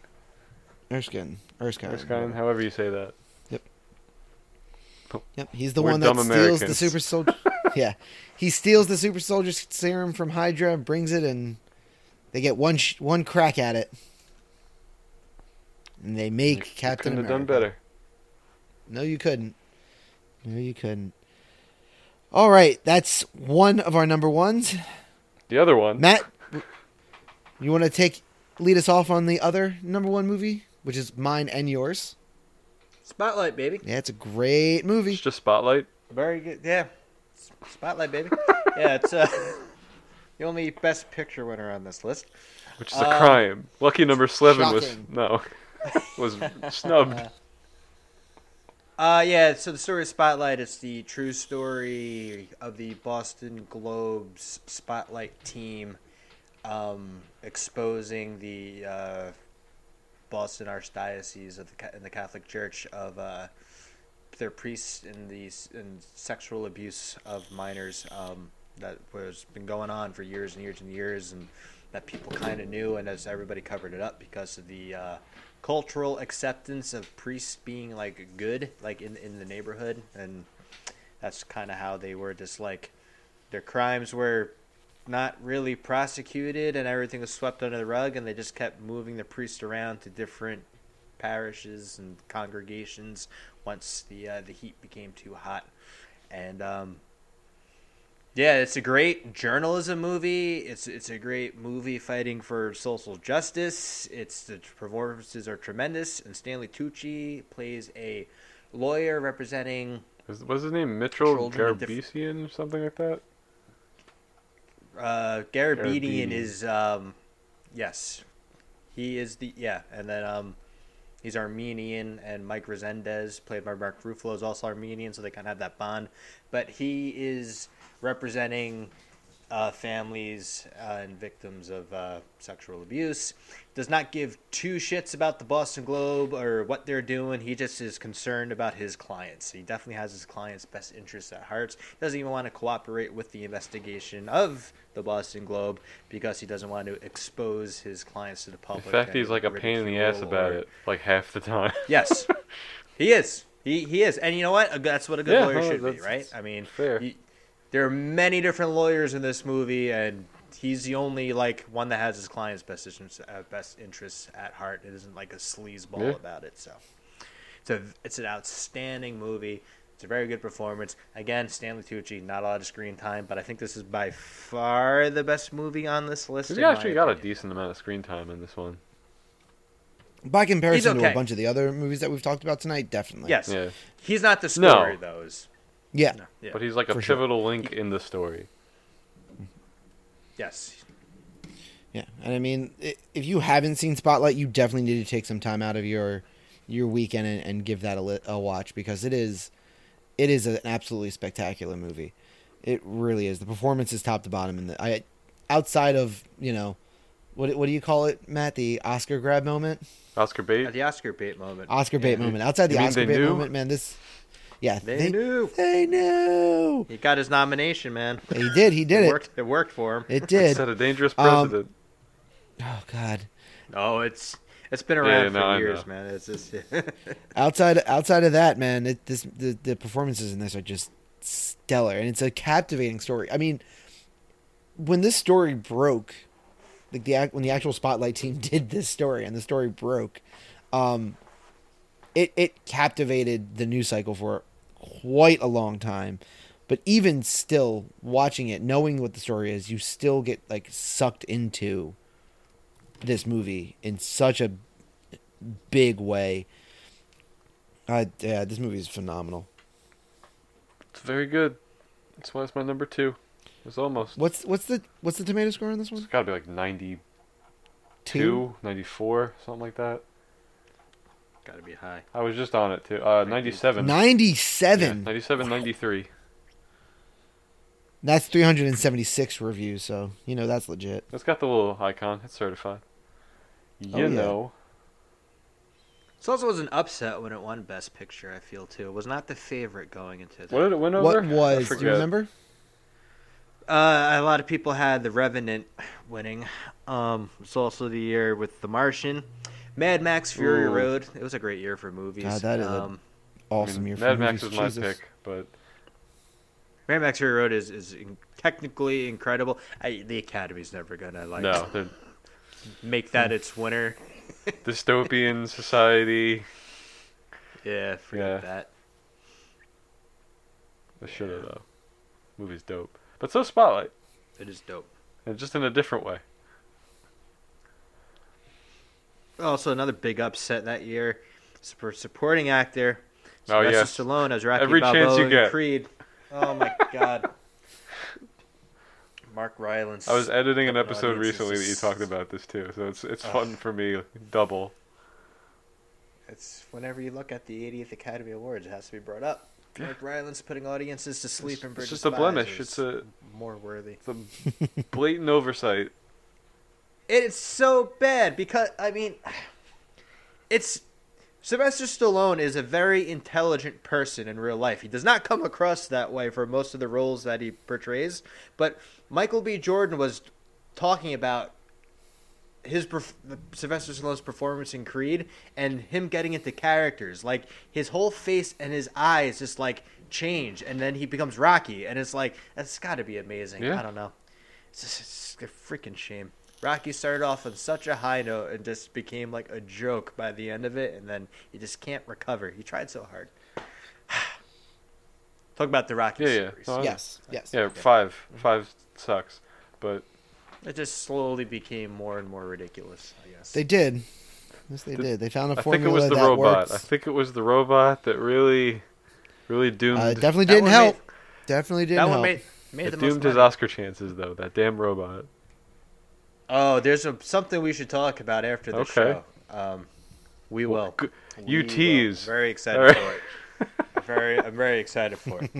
Erskine. Erskine.
Erskine, however you say that.
Yep, he's the
We're
one that
dumb
steals the
Americans.
super
*laughs*
soldier. yeah, he steals the super soldier serum from Hydra, brings it, and they get one sh- one crack at it, and they make
You
Captain
couldn't
America.
have done better.
No, you couldn't. No, you couldn't. All right, that's one of our number ones.
The other one,
Matt, you want to take lead us off on the other number one movie, which is mine and yours.
Spotlight, baby.
Yeah, it's a great movie.
it's just Spotlight.
Very good. Yeah, S- Spotlight, baby. yeah, it's uh, *laughs* the only Best Picture winner on this list.
which is a
Uh,
crime. Lucky number seven
shocking.
was *laughs* no, was
*laughs*
snubbed.
Uh, yeah, so the story of Spotlight is the true story of the Boston Globe's Spotlight team um, exposing the uh, Boston Archdiocese of the, Ca- in the Catholic Church of uh, their priests and the s- and sexual abuse of minors um, that was been going on for years and years and years, and that people kind of knew, and as everybody covered it up because of the uh, cultural acceptance of priests being like good, like in in the neighborhood, and that's kind of how they were just like their crimes were not really prosecuted and everything was swept under the rug and they just kept moving the priest around to different parishes and congregations once the uh, the heat became too hot and um yeah, it's a great journalism movie. It's it's a great movie fighting for social justice. It's the performances are tremendous, and Stanley Tucci plays a lawyer representing
Is, was his name Mitchell
Children of diff-
Garbisian or something like that?
uh Garabedian
Garabedian.
is um yes. He is the yeah, and then um he's Armenian and Mike Resendez, played by Mark Ruffalo, is also Armenian, so they kinda have that bond. But he is representing uh, families uh, and victims of uh, sexual abuse. Does not give two shits about the Boston Globe or what they're doing. He just is concerned about his clients. He definitely has his clients' best interests at heart. Doesn't even want to cooperate with the investigation of the Boston Globe because he doesn't want to expose his clients to the
In
public.
fact,
and
he's like a pain in the ass
ridicule
about
or-
it, like half the time. *laughs*
Yes, he is. He he is. And you know what? A good- That's what a good
Yeah,
lawyer
no,
should be,
that's-
right?
that's
I mean,
fair.
you- there are many different lawyers in this movie, and he's the only like one that has his client's best interests, uh, best interests at heart. It isn't like a sleazeball
Yeah.
about it. So it's a it's an outstanding movie. It's a very good performance. Again, Stanley Tucci, not a lot of screen time, but I think this is by far the best movie on this list.
He's
in my
actually got a
opinion.
decent amount of screen time in this one.
By comparison to
okay.
a bunch of the other movies that we've talked about tonight, definitely.
Yes,
Yeah.
he's not the
No.
scorer though. Is,
Yeah.
no, yeah.
But he's like a
For sure.
pivotal link in the story.
yes,
Yeah. And I mean, i- if you haven't seen Spotlight, you definitely need to take some time out of your your weekend and, and give that a, li- a watch because it is it is an absolutely spectacular movie. It really is. The performance is top to bottom, and the I outside of you know what what do you call it, Matt? The Oscar grab moment.
Oscar
At
bait.
the Oscar bait moment.
Oscar
Yeah.
bait moment. Outside the
mean
Oscar
they
bait
knew?
moment, man. This, yeah,
They, knew.
They knew.
He got his nomination, man.
He did. He did
it,
it.
worked. It worked for him.
It
It
did.
Set a dangerous
Um,
precedent.
Oh God.
Oh, it's it's been around
Yeah,
for
no, I
years,
know.
man. It's just *laughs*
Outside outside of that, man, it, this the, the performances in this are just stellar, and it's a captivating story. I mean, when this story broke, like the act when the actual Spotlight team *laughs* did this story, and the story broke, um, it it captivated the news cycle for quite a long time. But even still, watching it, knowing what the story is, you still get like sucked into this movie in such a big way. Uh, yeah, this movie is phenomenal.
It's very good. That's why it's my number two. It's almost.
What's what's the what's the tomato score on this
It's
one?
got to be like 92,
Two.
94, something like that.
got to be high.
I was just on it too. Uh, 97. Yeah,
Ninety-seven.
97, 93.
That's three hundred and seventy-six reviews. So you know that's legit.
It's got the little icon. It's certified. You
Oh, yeah.
know.
This also was an upset when it won Best Picture. I feel too. It was not the favorite going into that.
What did it win over?
What
I
was? Do you
forget.
remember?
Uh, a lot of people had The Revenant winning. Um, it's also the year with The Martian, Mad Max Fury
Ooh.
Road. It was a great year for movies.
God, that is a-
um,
I
Awesome.
mean,
year for
Mad Max
movies,
was my
Jesus.
pick, but
Mad Max Fury Road is is in- technically incredible. I, the Academy's never gonna like *laughs*
no, the Hmm.
make that its winner.
dystopian society.
Yeah, forget
Yeah.
that.
I should have though. Movie's dope, but so Spotlight,
It is dope.
and just in a different way.
Also, another big upset that year s- for supporting actor.
Oh,
Sylvester
yes.
Stallone as Rocky
Every
Balboa
chance you
in
get.
Creed. Oh my
*laughs*
God. Mark Rylance.
I was editing an
Fucking
episode
audience is
recently that you
just-
talked about this too, so it's it's fun for me double.
It's whenever you look at the 80th Academy Awards, it has to be brought up. Mark Rylance putting audiences to sleep and
It's just a blemish. It's a
more worthy.
it's
*laughs*
a blatant oversight.
It is so bad because I mean, *sighs* it's Sylvester Stallone is a very intelligent person in real life. He does not come across that way for most of the roles that he portrays. But Michael B. Jordan was talking about his perf- Sylvester Stallone's performance in Creed and him getting into characters. Like his whole face and his eyes just like change, and then he becomes Rocky, and it's like that's got to be amazing.
Yeah.
I don't know. It's, just, it's a freaking shame. Rocky started off on such a high note and just became like a joke by the end of it, and then you just can't recover. He tried so hard. *sighs* Talk about the Rocky
Yeah, yeah.
series.
No, I-
Yes. Yes.
Yeah, five five sucks, but
It just slowly became more and more ridiculous. I guess.
They did. Yes, they
Did-
did. They found a
I think it
formula
was the
that
robot.
works.
I think it was the robot that really really doomed.
uh, it definitely
That
didn't
one
help. definitely didn't
that
help.
one made, made the
it
most
doomed his
money.
Oscar chances though. That damn robot.
Oh, there's a, something we should talk about after the
Okay.
show. Um, we will.
Good.
We
You
will.
tease.
Very excited
All right.
for it. very, I'm very excited
*laughs*
for it.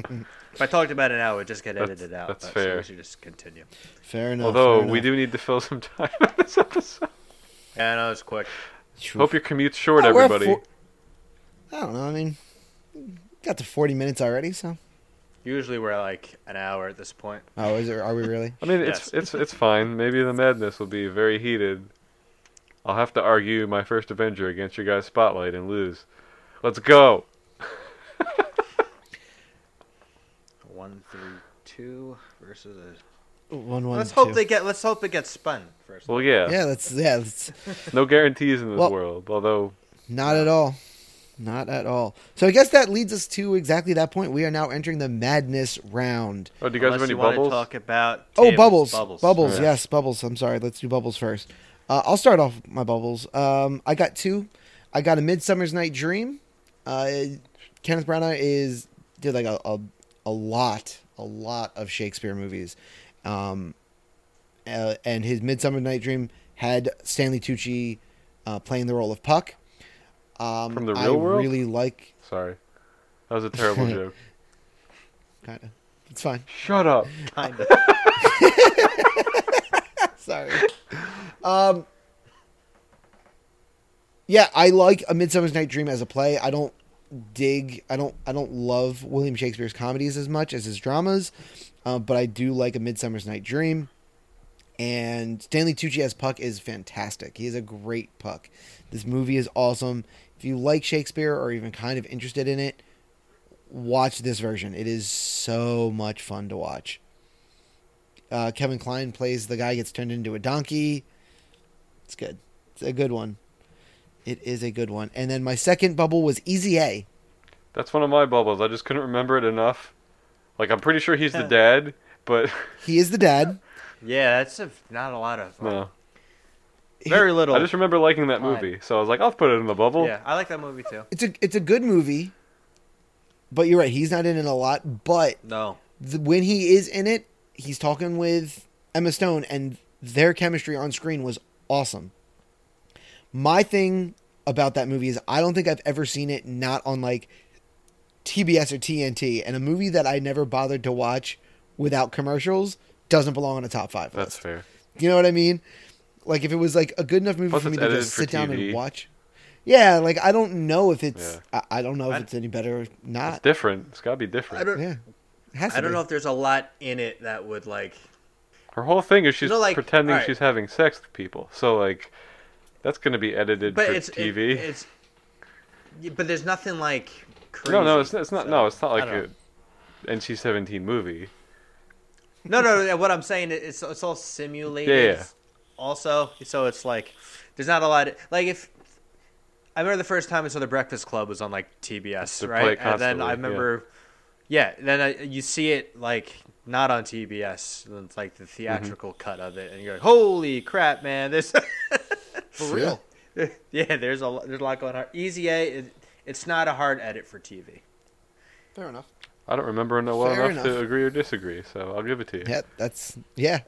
If I talked about it now, it would just get
That's-
edited out.
that's
but- So
fair.
we should just continue.
Fair enough.
Although
fair
we
enough.
do need to fill some *laughs* time on this episode.
Yeah, I know it's quick.
Sure.
Hope your commute's short,
Oh, we're at
everybody.
four- I don't know. I mean, got to forty minutes already. So,
Usually we're like an hour at this point.
oh, is there, are we really?
I mean,
Yes.
it's it's it's fine. Maybe the madness will be very heated. I'll have to argue my first Avenger against your guys' spotlight and lose. Let's go.
One through two versus. A...
One, one.
Let's hope
two.
they get. Let's hope it gets spun first.
Well, yeah.
Yeah, that's yeah. That's
No guarantees in this
Well-
world. Although,
not at all. Not at all. So I guess that leads us to exactly that point. We are now entering the madness round.
oh, do you guys
Unless
have any
you wanna
bubbles?
Talk about
Oh,
tables,
bubbles, bubbles,
bubbles,
Yeah.
Yes, bubbles. I'm sorry. Let's do bubbles first. Uh, I'll start off with my bubbles. Um, I got two. I got a Midsummer's Night Dream. Uh, Kenneth Branagh is did like a, a a lot, a lot of Shakespeare movies, um, uh, and his Midsummer Night Dream had Stanley Tucci uh, playing the role of Puck. Um,
From the
I
real world?
really like.
Sorry, that was a terrible joke.
Kinda, it's fine.
Shut up.
Kind of.
*laughs* Sorry. Um, yeah, I like A Midsummer's Night Dream as a play. I don't dig. I don't. I don't love William Shakespeare's comedies as much as his dramas, uh, but I do like A Midsummer's Night Dream. And Stanley Tucci as Puck is fantastic. He is a great Puck. This movie is awesome. If you like Shakespeare or even kind of interested in it, watch this version. It is so much fun to watch uh, Kevin Klein plays the guy gets turned into a donkey. It's good. It's a good one. It is a good one. And then my second bubble was Easy A.
That's one of my bubbles. I just couldn't remember it enough. Like I'm pretty sure he's
*laughs*
the dad, but *laughs*
He is the dad.
Yeah, that's a, not a lot of.
no. *laughs*
Very little.
I just remember liking that
Fine.
movie, so I was like, I'll put it in the bubble.
yeah, I like that movie too.
It's a it's a good movie. But you're right. He's not in it a lot. But
No,
the, when he is in it, he's talking with Emma Stone, and their chemistry on screen was awesome. My thing about that movie is I don't think I've ever seen it not on like TBS or TNT, and a movie that I never bothered to watch without commercials doesn't belong on a top five
That's
list.
fair.
You know what I mean? Like if it was like a good enough movie
Plus
for me
it's
to
edited
just
for
sit down
TV.
and watch. Yeah, like I don't know if it's I, I don't know if
I-
it's any better or not.
Different. It's gotta be
I
different.
don't.
Yeah, It has to
I don't
be.
know if there's a lot in it that would like.
Her whole thing is she's
know, like,
pretending
alright.
she's having sex with people. So like, that's gonna be edited
But
for
it's it-
TV.
it's. yeah, But there's nothing like.
*laughs*
Crazy,
no, no, it's, it's not.
so,
no, it's not
I
like
don't know.
a NC-17 movie.
No, no, no. What I'm saying is it's it's all simulated.
Yeah.
Also, so it's like there's not a lot. like if I remember the first time I saw The Breakfast Club was on like TBS,
They play
right?
it
And then
constantly,
I
yeah.
remember, yeah. then I, you see it like not on TBS. and It's like the
Mm-hmm.
theatrical cut of it, and you're like, "Holy crap, man! This *laughs*
for real.
yeah, there's a lo- there's a lot going on. Easy A, it, it's not a hard edit for TV.
Fair enough.
I don't remember no well
Fair
enough, to
enough.
agree or disagree, so I'll give it to you.
Yeah, that's yeah.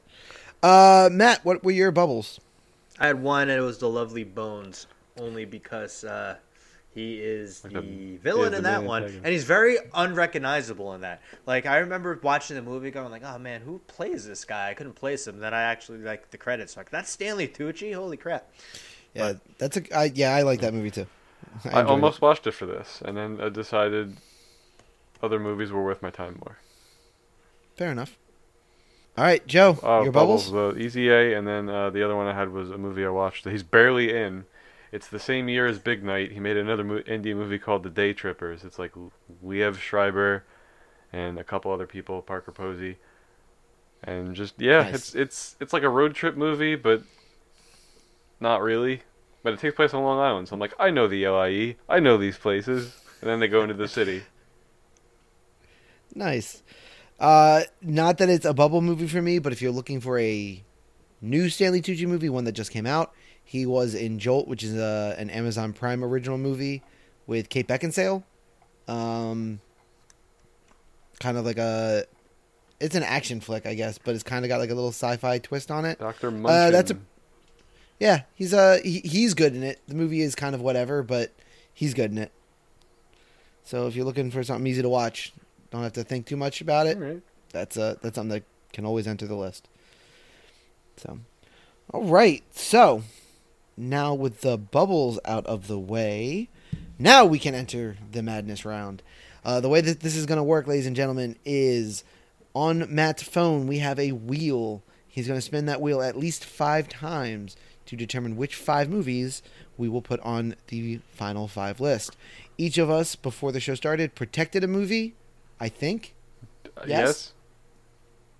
Uh, Matt, what were your bubbles?
I had one, and it was the Lovely Bones, only because uh, he is
Like
the
a- he is
villain
the
in that
main
one,
antagonist.
and he's very unrecognizable in that. Like I remember watching the movie, going like, "Oh man, who plays this guy?" I couldn't place him. Then I actually like the credits, like that's Stanley Tucci. Holy crap!
Yeah, Uh, that's a I, yeah. I like that movie too.
I,
enjoyed it.
almost watched it for this, and then I decided other movies were worth my time more.
fair enough. All right, Joe,
Oh,
your Uh, bubbles.
The Easy A, and then uh, the other one I had was a movie I watched that he's barely in. It's the same year as Big Night. He made another mo- indie movie called The Day Trippers. It's like Liev Schreiber and a couple other people, Parker Posey, and just yeah,
Nice.
it's it's it's like a road trip movie, but not really. But it takes place on Long Island, so I'm like, I know the LIE, I know these places, and then they go into the city.
Nice. Uh, not that it's a bubble movie for me, but if you're looking for a new Stanley Tucci movie, one that just came out, he was in Jolt, which is a, an Amazon Prime original movie with Kate Beckinsale. Um, kind of like a, it's an action flick, I guess, but it's kind of got like a little sci-fi twist on it.
Doctor Munchkin.
Uh, that's a- Yeah, he's uh he, he's good in it. The movie is kind of whatever, but he's good in it. So if you're looking for something easy to watch, don't have to think too much about it.
All right.
That's uh that's something that can always enter the list. So, all right. So now with the bubbles out of the way, now we can enter the madness round. Uh, the way that this is going to work, ladies and gentlemen, is on Matt's phone we have a wheel. He's going to spin that wheel at least five times to determine which five movies we will put on the final five list. Each of us, before the show started, protected a movie, I think.
Uh,
Yes?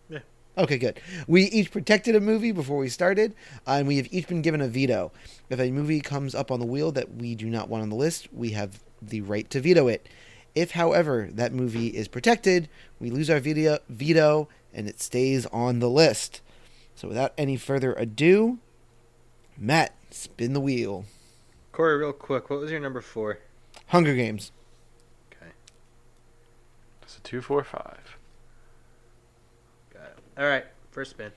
yes.
Okay, good. We each protected a movie before we started, uh, and we have each been given a veto. If a movie comes up on the wheel that we do not want on the list, we have the right to veto it. If, however, that movie is protected, we lose our veto, veto and it stays on the list. So, without any further ado, Matt, spin the wheel.
Corey, real quick, what was your number four?
Hunger Games.
Okay,
It's a two, four, five.
got it. All right, first spin.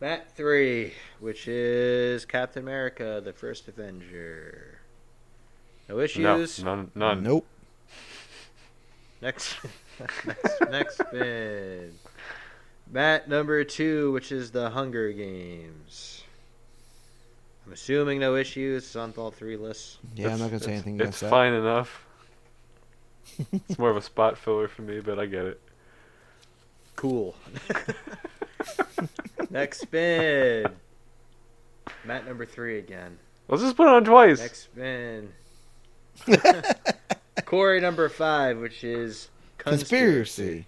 Matt three, which is Captain America: The First Avenger. No
No,
issues.
none, none.
Nope.
Next, next, next spin. Matt number two, which is the Hunger Games. I'm assuming no issues. It's on all three lists.
Yeah, I'm
It's-
not going to say
it's-
anything
It's
against that.
fine enough. it's more of a spot filler for me, but I get it. *laughs*
Cool. *laughs*
*laughs*
Next spin. Matt number three again.
Let's just put it on twice.
Next spin. Corey number five, which is
Conspiracy.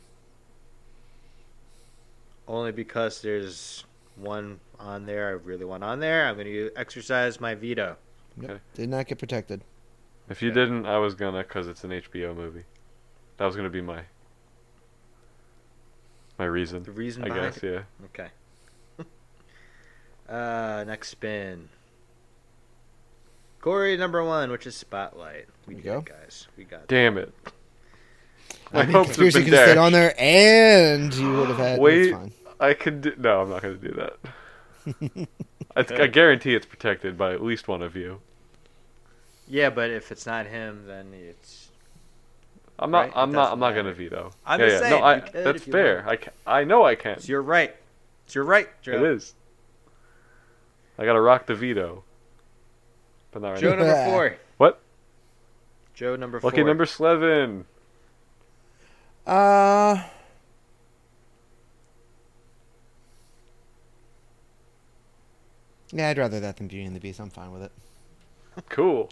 Only because there's one on there. I really want on there. I'm going to exercise my veto.
Yep.
Okay.
Did not get protected.
If you
Okay.
didn't, I was gonna, cause it's an HBO movie. That was gonna be my my reason.
The reason
I
behind
guess,
it.
yeah.
Okay. *laughs* uh, next spin. Corey number one, which is Spotlight. We
There
did
you
it, guys. We got it.
Damn it. My
I mean,
hopes have
conspiracy
been
could have stayed
dashed.
on there, and you would have had.
Wait.
It's fine.
I could do, no. I'm not gonna do
*laughs*
that.
*laughs*
I, I guarantee it's protected by at least one of you.
Yeah, but if it's not him, then it's.
I'm not.
Right, it
I'm not.
doesn't
I'm not
matter.
gonna veto.
I'm
yeah,
just
yeah.
saying,
No, I,
you could
that's
if you
fair. I, ca- I know I can.
It's your right. It's your right, Joe.
It is. I gotta rock the veto. But not right
Joe
*laughs*
now.
number four.
What?
Joe number four.
Lucky number seven.
Uh, yeah, I'd rather that than Beauty and the Beast. I'm fine with it.
Cool.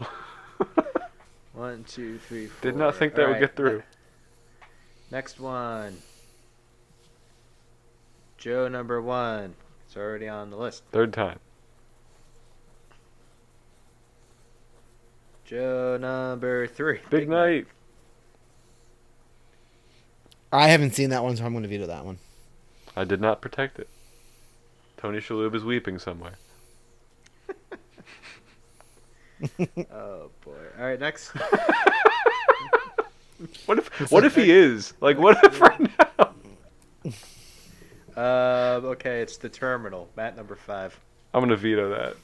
*laughs*
One, two, three, four.
Did not think that
All
would
right.
get through.
Next one. Joe number one. It's already on the list.
Third time.
Joe number three.
Big night.
I haven't seen that one, so I'm going to veto that one.
I did not protect it. Tony Shalhoub is weeping somewhere. *laughs*
Oh boy. All right, next. *laughs*
What if? What if he is? Like, what if right *laughs* now?
um, okay, it's the terminal. Matt number five.
I'm gonna veto that.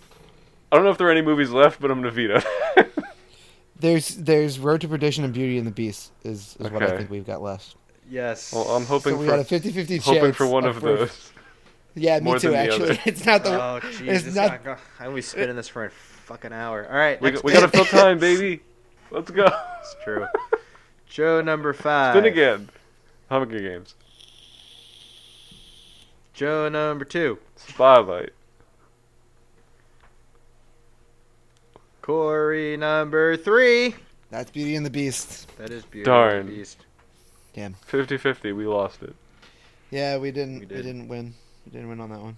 I don't know if there are any movies left, but I'm gonna veto. that.
*laughs* There's there's Road to Perdition and Beauty and the Beast is, is what I
Okay.
think we've got left.
Yes.
well, I'm hoping
so we got
for
a 50-50 chance.
hoping for one of
both.
those.
*laughs* Yeah, me
more
too.
than the
Actually,
other.
*laughs* it's not the.
Oh
it's
jeez.
not.
Not... I'm be spinning this for a fucking hour. All right.
We,
next
we
pick.
gotta fill time, *laughs* baby. Let's go.
It's true. Joe number five.
Spin again. Hunger Games.
Joe number two.
Spotlight.
Corey number three.
That's Beauty and the Beast.
That is beautiful.
Darn.
Beast.
50-50. We lost it.
Yeah, we didn't. We,
We did.
didn't win. We didn't win on that one.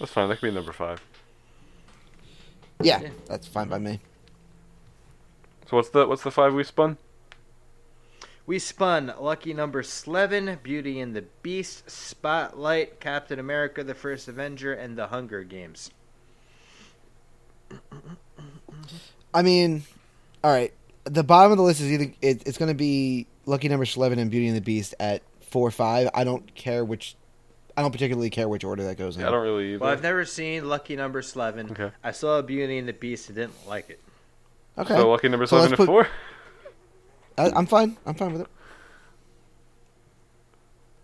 That's fine. That could be number five.
Yeah,
Yeah.
that's fine by me.
So what's the what's the five we spun?
We spun Lucky Number 11, Beauty and the Beast, Spotlight, Captain America, The First Avenger, and The Hunger Games.
I mean, all right. The bottom of the list is either it, it's going to be Lucky Number Eleven and Beauty and the Beast at four or five. I don't care which. I don't particularly care which order that goes in.
Yeah, I don't really either.
Well, I've never seen Lucky Number 11.
Okay.
I saw Beauty and the Beast and didn't like it.
Okay.
So lucky number
So let's
seven
put-
to four.
I, I'm fine. I'm fine with it.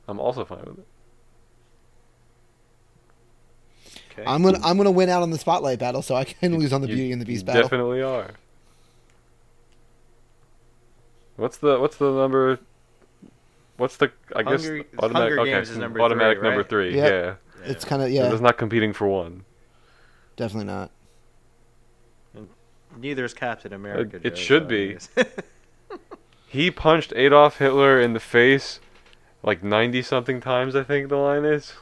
I'm also fine with it. Okay.
I'm gonna I'm gonna win out on the spotlight battle, so I can lose on the
You-
Beauty and the
you
Beast battle.
Definitely are. What's the what's the number? What's the I guess
Hunger-
the automatic
Hunger
okay,
Games is number
automatic
three,
number
right?
three.
Yep.
Yeah,
It's kind of
yeah.
yeah,
It's not competing for one.
definitely not.
Neither is Captain America.
It- it
Joe,
should
so
be.
it's- *laughs*
He punched Adolf Hitler in the face, like ninety something times. I think the line is.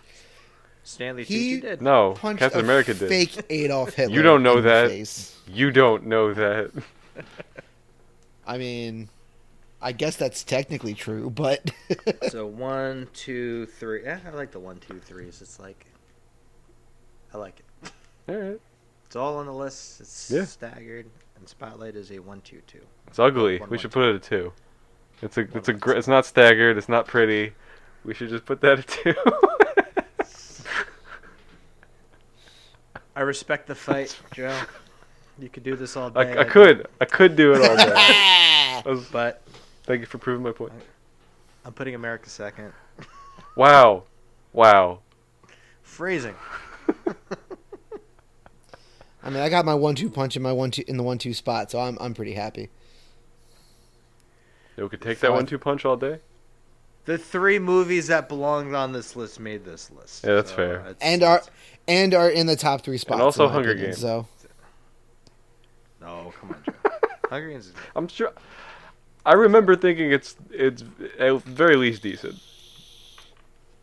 Stanley
He-
Tucci did.
No,
Punched
Captain
a
America did.
Fake
*laughs*
Adolf Hitler.
don't know
in the
that.
face.
You don't know that.
I mean, I guess that's technically true, but *laughs*
So one, two, three. Yeah, I like the one, two, threes. It's like, I like it.
All right.
It's all on the list. It's
Yeah.
staggered, and Spotlight is a one, two, two.
It's ugly.
One
we
more
should put it at two. It's a it's a
more
gr- it's not staggered. It's not pretty. We should just put that at two. *laughs*
I respect the fight, Joe. You could do this all day.
I, I could I could do it all day.
*laughs* I
I was-
but
thank you for proving my point.
I'm putting America second.
Wow, wow.
Freezing.
mean, I got my one-two punch in my one-two in the one-two spot, so I'm I'm pretty happy.
Yo, could take that
Fine.
one-two punch all day.
The three movies that belonged on this list made this list.
Yeah, that's fair.
it's-
And are and are in the top three spots. in
also
my
Hunger
opinion,
Games.
So
no, come on, Joe.
*laughs*
Hunger Games. Is,
I'm sure. I remember thinking it's it's at very least decent.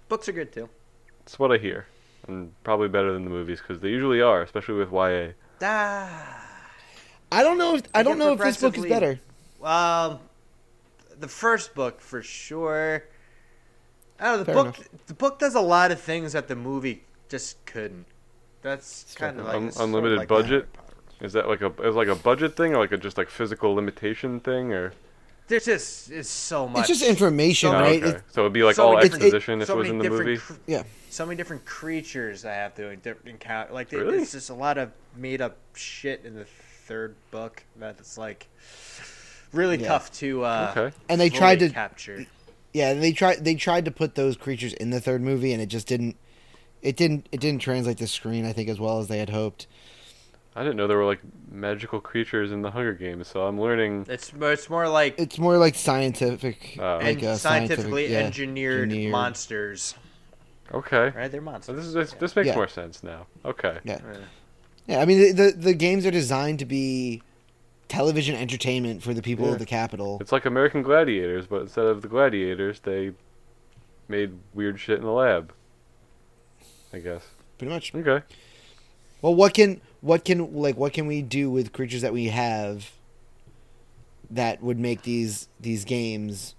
books are good too.
It's what I hear, and probably better than the movies because they usually are, especially with YA.
Ah.
I don't know if I
They
don't
get
know if this book is
progressively-
better.
Um, the first book for sure. I don't know. The
Fair
book the book does a lot of things that the movie just couldn't. That's
fair.
kind of like
Un-
it's sort of
unlimited
the Harry
budget?
Potter.
Is that like a is like a budget thing or like a just like physical limitation thing or
There's just it's so much.
It's just information,
So-
Oh,
right?
okay.
It's-
so it'd be like
so
all
many different-
exposition if
so
it was in
many
the
different
movie.
cr-
yeah.
So many different creatures I have to en- encounter. Like it-
Really?
it's just a lot of made up shit in the third book that it's like really
Yeah.
tough to. Uh,
Okay.
And they
fully
tried to
capture.
Yeah, they tried they tried to put those creatures in the third movie and it just didn't it didn't it didn't translate to screen I think as well as they had hoped.
I didn't know there were like magical creatures in the Hunger Games, so I'm learning.
It's mo- it's more like
It's more like scientific
Oh.
like
and
uh,
scientifically
scientific, yeah,
engineered,
engineered.
monsters.
Okay.
Right,
So
they're monsters.
this is this, this makes
Yeah.
more sense now. Okay.
Yeah.
Yeah.
Yeah, I mean the, the the games are designed to be television entertainment for the people
Yeah.
of the capital.
It's like American Gladiators, but instead of the gladiators, they made weird shit in the lab. I guess.
Pretty much.
Okay.
Well, what can what can like what can we do with creatures that we have that would make these these games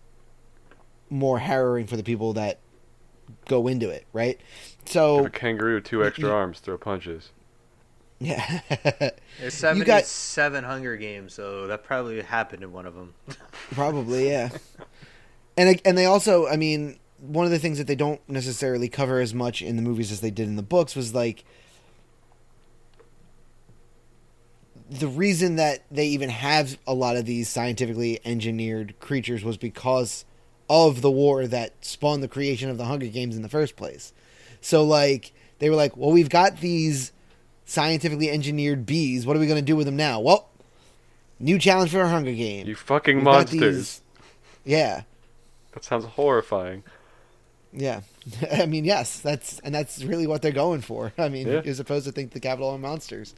more harrowing for the people that go into it, right?
Give
So
a kangaroo two extra arms, throw punches.
yeah, *laughs*
There's
You got-
77 Hunger Games, so that probably happened in one
*laughs*
of them.
probably yeah. And it- and they also, I mean, one of the things that they don't necessarily cover as much in the movies as they did in the books was like the reason that they even have a lot of these scientifically engineered creatures was because of the war that spawned the creation of the Hunger Games in the first place. So like they were like, well, we've got these scientifically engineered bees. What are we going to do with them now? Well, new challenge for our Hunger Game.
You fucking
We've got
monsters.
these- Yeah.
That sounds horrifying.
Yeah, *laughs* I mean, yes, that's and that's really what they're going for. *laughs* I mean,
Yeah.
you're supposed to think the capital are monsters,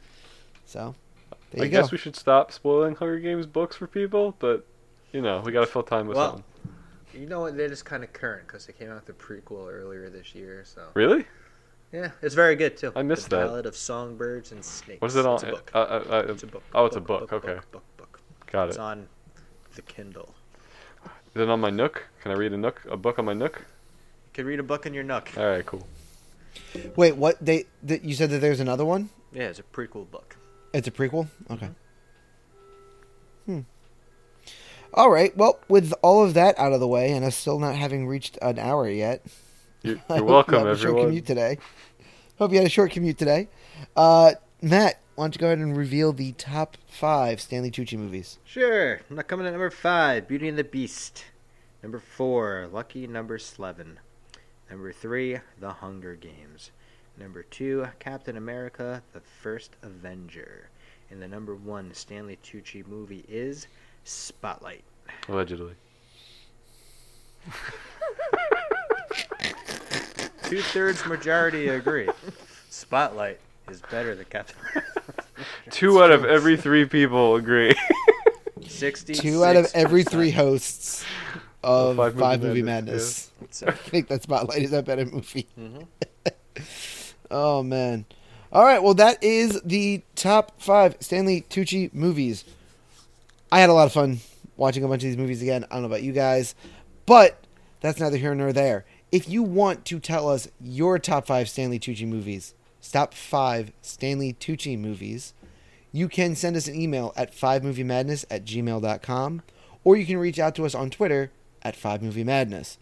so there
I
you
guess
go.
we should stop spoiling Hunger Games books for people, but you know, we gotta fill time with
Well-
something.
You know what? They're just kind of current because they came out with the prequel earlier this year. So
Really?
yeah, it's very good too.
I missed
the
that.
Ballad of Songbirds and Snakes.
What is it on?
It's a book.
uh, uh, uh,
it's a book.
oh, it's a book, okay.
Book, book, book.
Got
It's
it.
on the Kindle.
Is it on my Nook? Can I read a Nook? A book on my Nook?
You can read a book in your nook.
All right, cool.
Wait, what? They that you said that there's another one?
Yeah, it's a prequel book.
It's a prequel. Okay. Hmm. All right. Well, with all of that out of the way, and us still not having reached an hour yet, *laughs*
You're,
I
you're
hope you
welcome,
had a short
everyone.
commute today. Hope you had a short commute today. Uh, Matt, why don't you go ahead and reveal the top five Stanley Tucci movies?
Sure. I'm not coming at number five, Beauty and the Beast. Number four, Lucky Number Eleven. Number three, The Hunger Games. Number two, Captain America: The First Avenger. And the number one Stanley Tucci movie is Spotlight. *laughs*
Allegedly.
Two thirds majority agree. Spotlight is better than Captain America.
*laughs* Two out of every three people agree. *laughs*
Sixty.
Two out of every three hosts of
Five
Five
Movie
Movie,
Madness,
Madness. I *laughs* think that Spotlight is that better movie.
Mhm.
*laughs* oh man! All right, well that is the top five Stanley Tucci movies. I had a lot of fun watching a bunch of these movies again. I don't know about you guys, but that's neither here nor there. If you want to tell us your top five Stanley Tucci movies, top five Stanley Tucci movies, you can send us an email at 5moviemadness at gmail.com, or you can reach out to us on Twitter at 5moviemadness.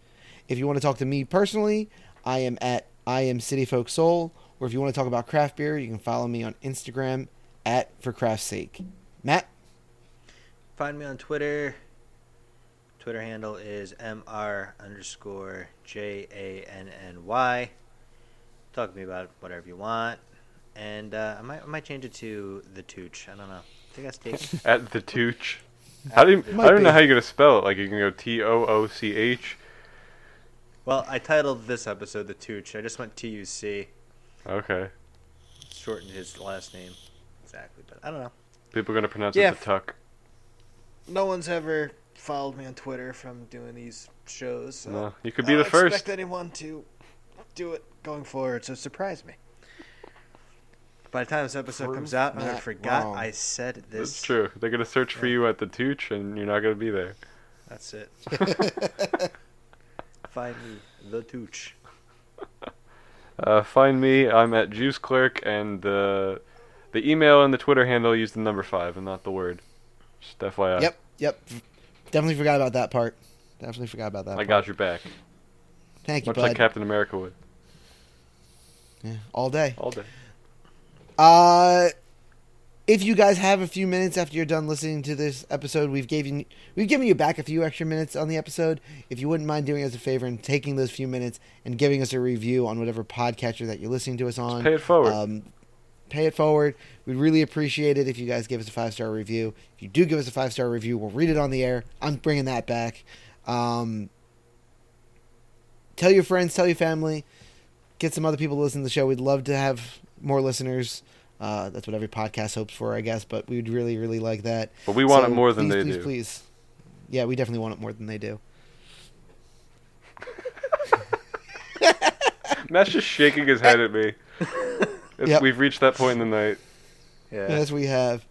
If you want to talk to me personally, I am at I am City Folk Soul, or if you want to talk about craft beer, you can follow me on Instagram at For Craft's Sake. Matt, *laughs*
Find me on Twitter. Twitter handle is mr underscore j a n n y. Talk to me about whatever you want, and uh, I might I might change it to the Tooch. I don't know. I think that's taken.
At the Tooch. How do you, I
Might
don't know
be.
how you're gonna spell it. Like you can go T O O C H.
well, I titled this episode the Tooch. I just went T U C,
Okay.
shortened his last name exactly, but I don't know.
People are gonna pronounce
Yeah.
it the Tuck.
No one's ever followed me on Twitter from doing these shows. So
No, you could be the first.
anyone to do it going forward, so surprise me. By the time this episode
Prove
comes out, I
Matt
forgot
wrong.
I said this.
That's true. They're gonna search for you at the Tooch, and you're not gonna be there.
That's it. Find me the Tooch.
Uh, find me. I'm at Juice Clerk, and uh, the email and the Twitter handle use the number five and not the word. Just FYI.
yep, yep, definitely forgot about that part. Definitely forgot about that.
I
part.
got your back.
Thank you,
Much
bud.
like Captain America would
Yeah, all day.
all day.
Uh, if you guys have a few minutes after you're done listening to this episode, we've given we've given you back a few extra minutes on the episode. If you wouldn't mind doing us a favor and taking those few minutes and giving us a review on whatever podcatcher that you're listening to us on,
Pay it forward.
um, pay it forward. We'd really appreciate it if you guys give us a five star review. If you do give us a five star review, we'll read it on the air. I'm bringing that back. Um, tell your friends, tell your family, get some other people to listen to the show. We'd love to have more listeners. Uh, that's what every podcast hopes for, I guess. But we'd really, really like that.
but we want
So
it more than
please,
they
please,
do.
Please, yeah, we definitely want it more than they do.
Matt's just shaking his head at
*laughs*
me. It's-
Yep.
We've reached that point in the night.
Yeah.
Yes, we have.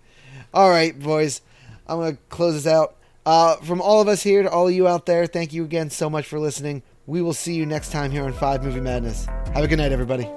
All right, boys. I'm going to close this out. Uh, from all of us here to all of you out there, thank you again so much for listening. We will see you next time here on Five Movie Madness. Have a good night, everybody.